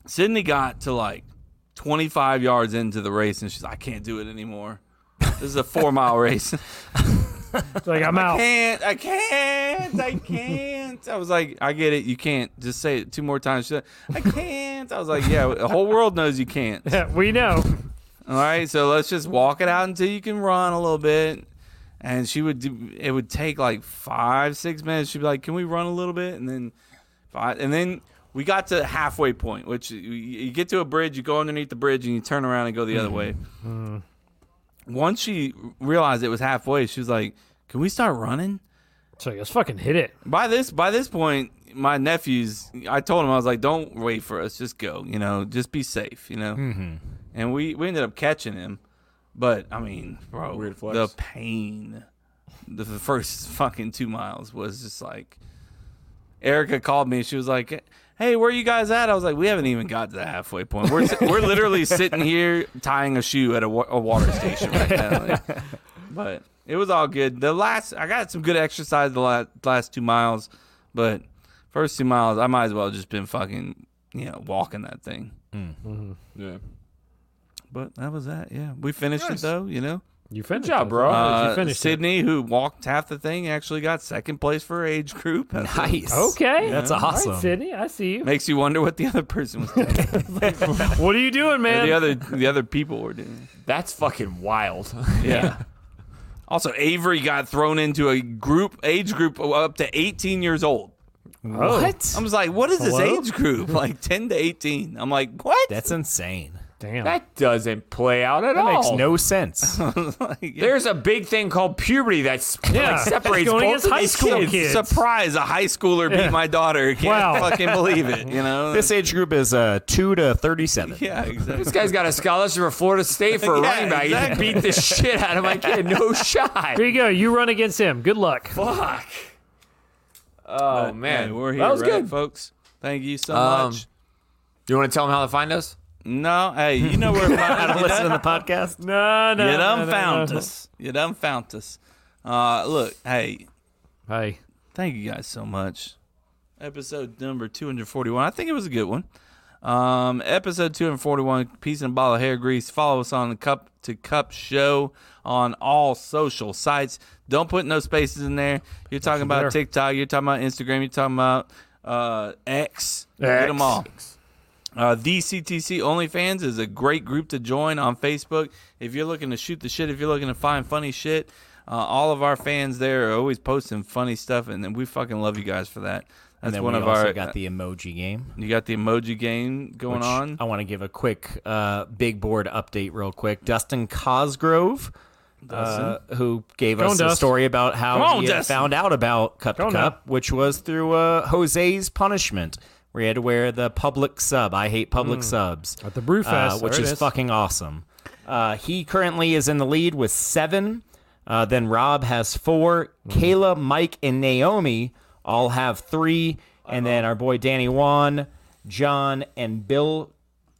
D: Sydney got to like 25 yards into the race, and she's like, "I can't do it anymore. This is a four mile race.
B: It's like I'm out.
D: can't, I can't, I can't." I was like, "I get it. You can't. Just say it two more times." She's like, "I can't." I was like, "Yeah, the whole world knows you can't."
B: Yeah, we know.
D: All right, so let's just walk it out until you can run a little bit. And she would do. It would take like five, six minutes. She'd be like, "Can we run a little bit?" And then, five, and then we got to halfway point, which you, you get to a bridge. You go underneath the bridge and you turn around and go the other way. Once she realized it was halfway, she was like, "Can we start running?"
B: So let's fucking hit it.
D: By this by this point, my nephews, I told him I was like, "Don't wait for us. Just go. You know, just be safe. You know."
C: Mhm.
D: And we we ended up catching him, but I mean, bro,
A: Weird flex.
D: the pain, the, the first fucking two miles was just like. Erica called me. She was like, "Hey, where you guys at?" I was like, "We haven't even got to the halfway point. We're we're literally sitting here tying a shoe at a, wa- a water station right now." Like, but it was all good. The last I got some good exercise the last, last two miles, but first two miles I might as well just been fucking you know walking that thing.
A: Yeah.
D: But that was that. Yeah, we finished it though. You know,
B: you finished.
A: job, it. bro.
D: Uh,
A: You finished it.
D: Sydney, who walked half the thing, actually got second place for age group. That's
C: Nice.
B: Okay,
D: Yeah.
B: All right, Sydney. I see you.
D: Makes you wonder what the other person was doing.
B: what are you doing, man?
D: the other the other people were doing.
A: That's fucking wild.
D: Yeah. Also, Avery got thrown into a group age group up to 18 years old. Oh. I was like, what is this
K: Hello?
D: age group? Like 10 to 18. I'm like, what?
C: That's insane.
B: Damn.
K: That doesn't play out at
C: That
K: all.
A: Oh.
C: makes no sense.
K: There's a big thing called puberty that's like, separates both of these kids.
D: Surprise, a high schooler beat
K: Yeah.
D: my daughter. Can't
K: Wow.
D: fucking believe it, you know?
C: This age group is uh, 2 to 37.
D: yeah, exactly.
K: This guy's got a scholarship for Florida State for a
D: Yeah,
K: running back.
D: exactly.
K: He beat the shit out of my kid. No shot.
B: There you go. You run against him. Good luck.
K: Fuck. Oh
D: But,
K: man,
D: hey, we're here.
K: That was
D: right,
K: good.
D: folks. Thank you so
K: Um,
D: much.
K: You want to tell them how to find us?
D: No, hey, you know where to find us.
C: listen to the podcast?
B: No, no.
D: you done
B: no, no,
D: found
B: no.
D: us. You done found us. Uh, look, hey,
B: hey,
D: thank you guys so much. Episode number two hundred forty-one. I think it was a good one. Um, episode two hundred forty-one. Peace and a ball of hair grease. Follow us on the Cup to Cup Show on all social sites. Don't put no spaces in there. You're talking about
B: better.
D: TikTok. You're talking about Instagram. You're talking about uh, X. Get them
B: X.
D: all. Uh, the CTC OnlyFans is a great group to join on Facebook. If you're looking to shoot the shit, if you're looking to find funny shit, uh, all of our fans there are always posting funny stuff, and, and we fucking love you guys for that. That's
C: and then
D: one
C: we
D: of
C: also
D: our. uh,
C: got the emoji game.
D: you got the emoji game going
C: which
D: on.
C: I want to give a quick uh, big board update, real quick. Dustin Cosgrove, uh, who gave
B: Go
C: us
B: on,
C: a
B: Dust.
C: story about how
B: Come on,
C: he had
B: Dustin.
C: found out about Cup
B: Go
C: to
B: on
C: Cup, which was through uh, Jose's punishment, where he had to wear the public sub. I hate public
B: Mm.
C: subs
B: At the Brewfest,
C: uh, which
B: there it
C: is
B: is.
C: fucking awesome. Uh, he currently is in the lead with seven. Uh, then Rob has 4
B: Mm-hmm.
C: Kayla, Mike, and Naomi all have 3 And then our boy Danny Wan, John, and Bill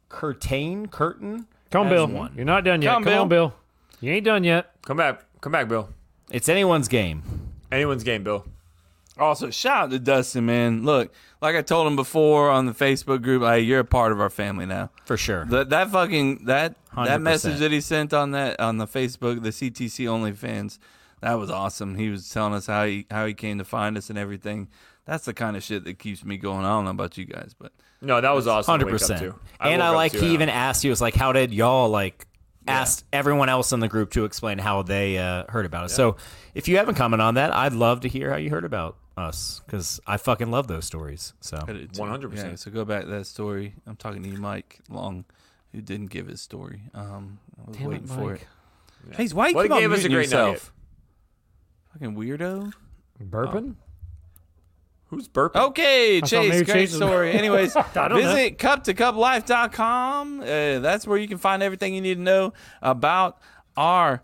C: Curtain. Curtain.
B: come
C: has
B: Bill.
C: One.
B: You're not done yet.
D: Come,
B: Come, on, Bill. You ain't done yet.
K: Come back. Come back, Bill.
C: It's anyone's game.
K: Anyone's game, Bill.
D: Also, shout out to Dustin, man. Look, like I told him before on the Facebook group, hey, you're a part of our family now.
C: For sure.
D: That that fucking that that
C: 100%.
D: message that he sent on that on the Facebook the CTC OnlyFans, that was awesome. He was telling us how he how he came to find us and everything. That's the kind of shit that keeps me going. I don't know about you guys, but
K: No, that was awesome. to
C: Hundred
K: wake up
C: percent.
K: to.
C: And
K: woke
C: I
K: up
C: like
K: to uh,
C: he
K: that.
C: even asked you, was like, how did y'all like asked everyone else in the group to explain how they uh, heard about us? So if you haven't commented on that, I'd love to hear how you heard about us because I fucking love those stories. So
K: One hundred
D: Yeah,
K: percent.
D: so go back to that story. I'm talking to you, Mike Long, who didn't give his story. Um, I was
B: Damn it,
D: waiting for
B: Mike.
D: it. Hey, why you
K: Well,
D: keep
K: he
D: on
K: gave us a
D: muting
K: great
D: yourself? Fucking weirdo.
B: Burping.
D: Oh.
K: Who's burping?
D: Okay,
B: thought
D: Chase,
B: maybe
D: great
B: Chase was-
D: story. Anyways,
B: I don't
D: visit cuptocuplife.com. Uh, that's where you can find everything you need to know about our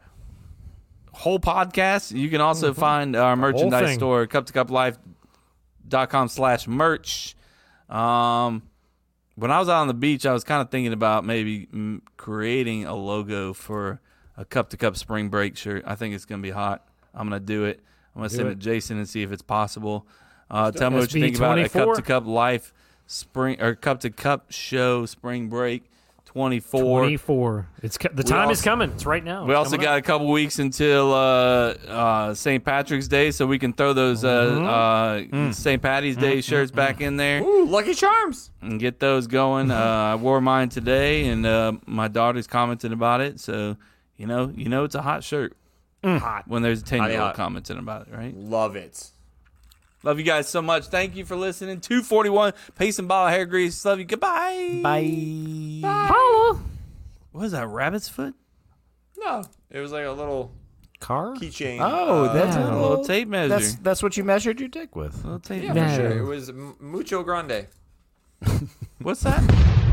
D: whole podcast. You can also find our merchandise
B: Mm-hmm. thing.
D: store, cuptocuplife.com slash merch. Um, when I was out on the beach, I was kind of thinking about maybe mm, creating a logo for a cup to cup spring break shirt. I think it's going to be hot. I'm going to do it. I'm going to send it.
B: it.
D: to Jason and see if it's possible. Uh, tell me what you
B: SB
D: think about a cup
B: 24.
D: to cup life spring or cup to cup show spring break 24.
B: 24. It's co- the time is
D: also-
B: coming. It's right now.
D: We
B: It's
D: also
B: coming
D: got
B: up.
D: a couple weeks until uh, uh, St. Patrick's Day, so we can throw those uh, uh, St. Patty's Day shirts back in there
K: Ooh, Lucky Charms.
D: and get those going. Uh, I wore mine today, and uh, my daughter's commenting about it. So you know, you know, it's a hot shirt.
C: Mm.
D: Hot when there's a ten year old
K: hot.
D: commenting about it, right?
K: Love it.
D: Love you guys so much. Thank you for listening. Two forty one, pace and ball, hair grease. Love you. Goodbye.
C: Bye.
G: Oh,
D: What is that? Rabbit's foot?
K: No, it was like a little
C: Car?
K: keychain.
C: Oh, that's a
D: a little
C: little
D: tape measure.
C: That's, that's what you measured your dick with.
D: I'll tell you.
K: yeah, for sure. It was m- mucho grande.
D: What's that?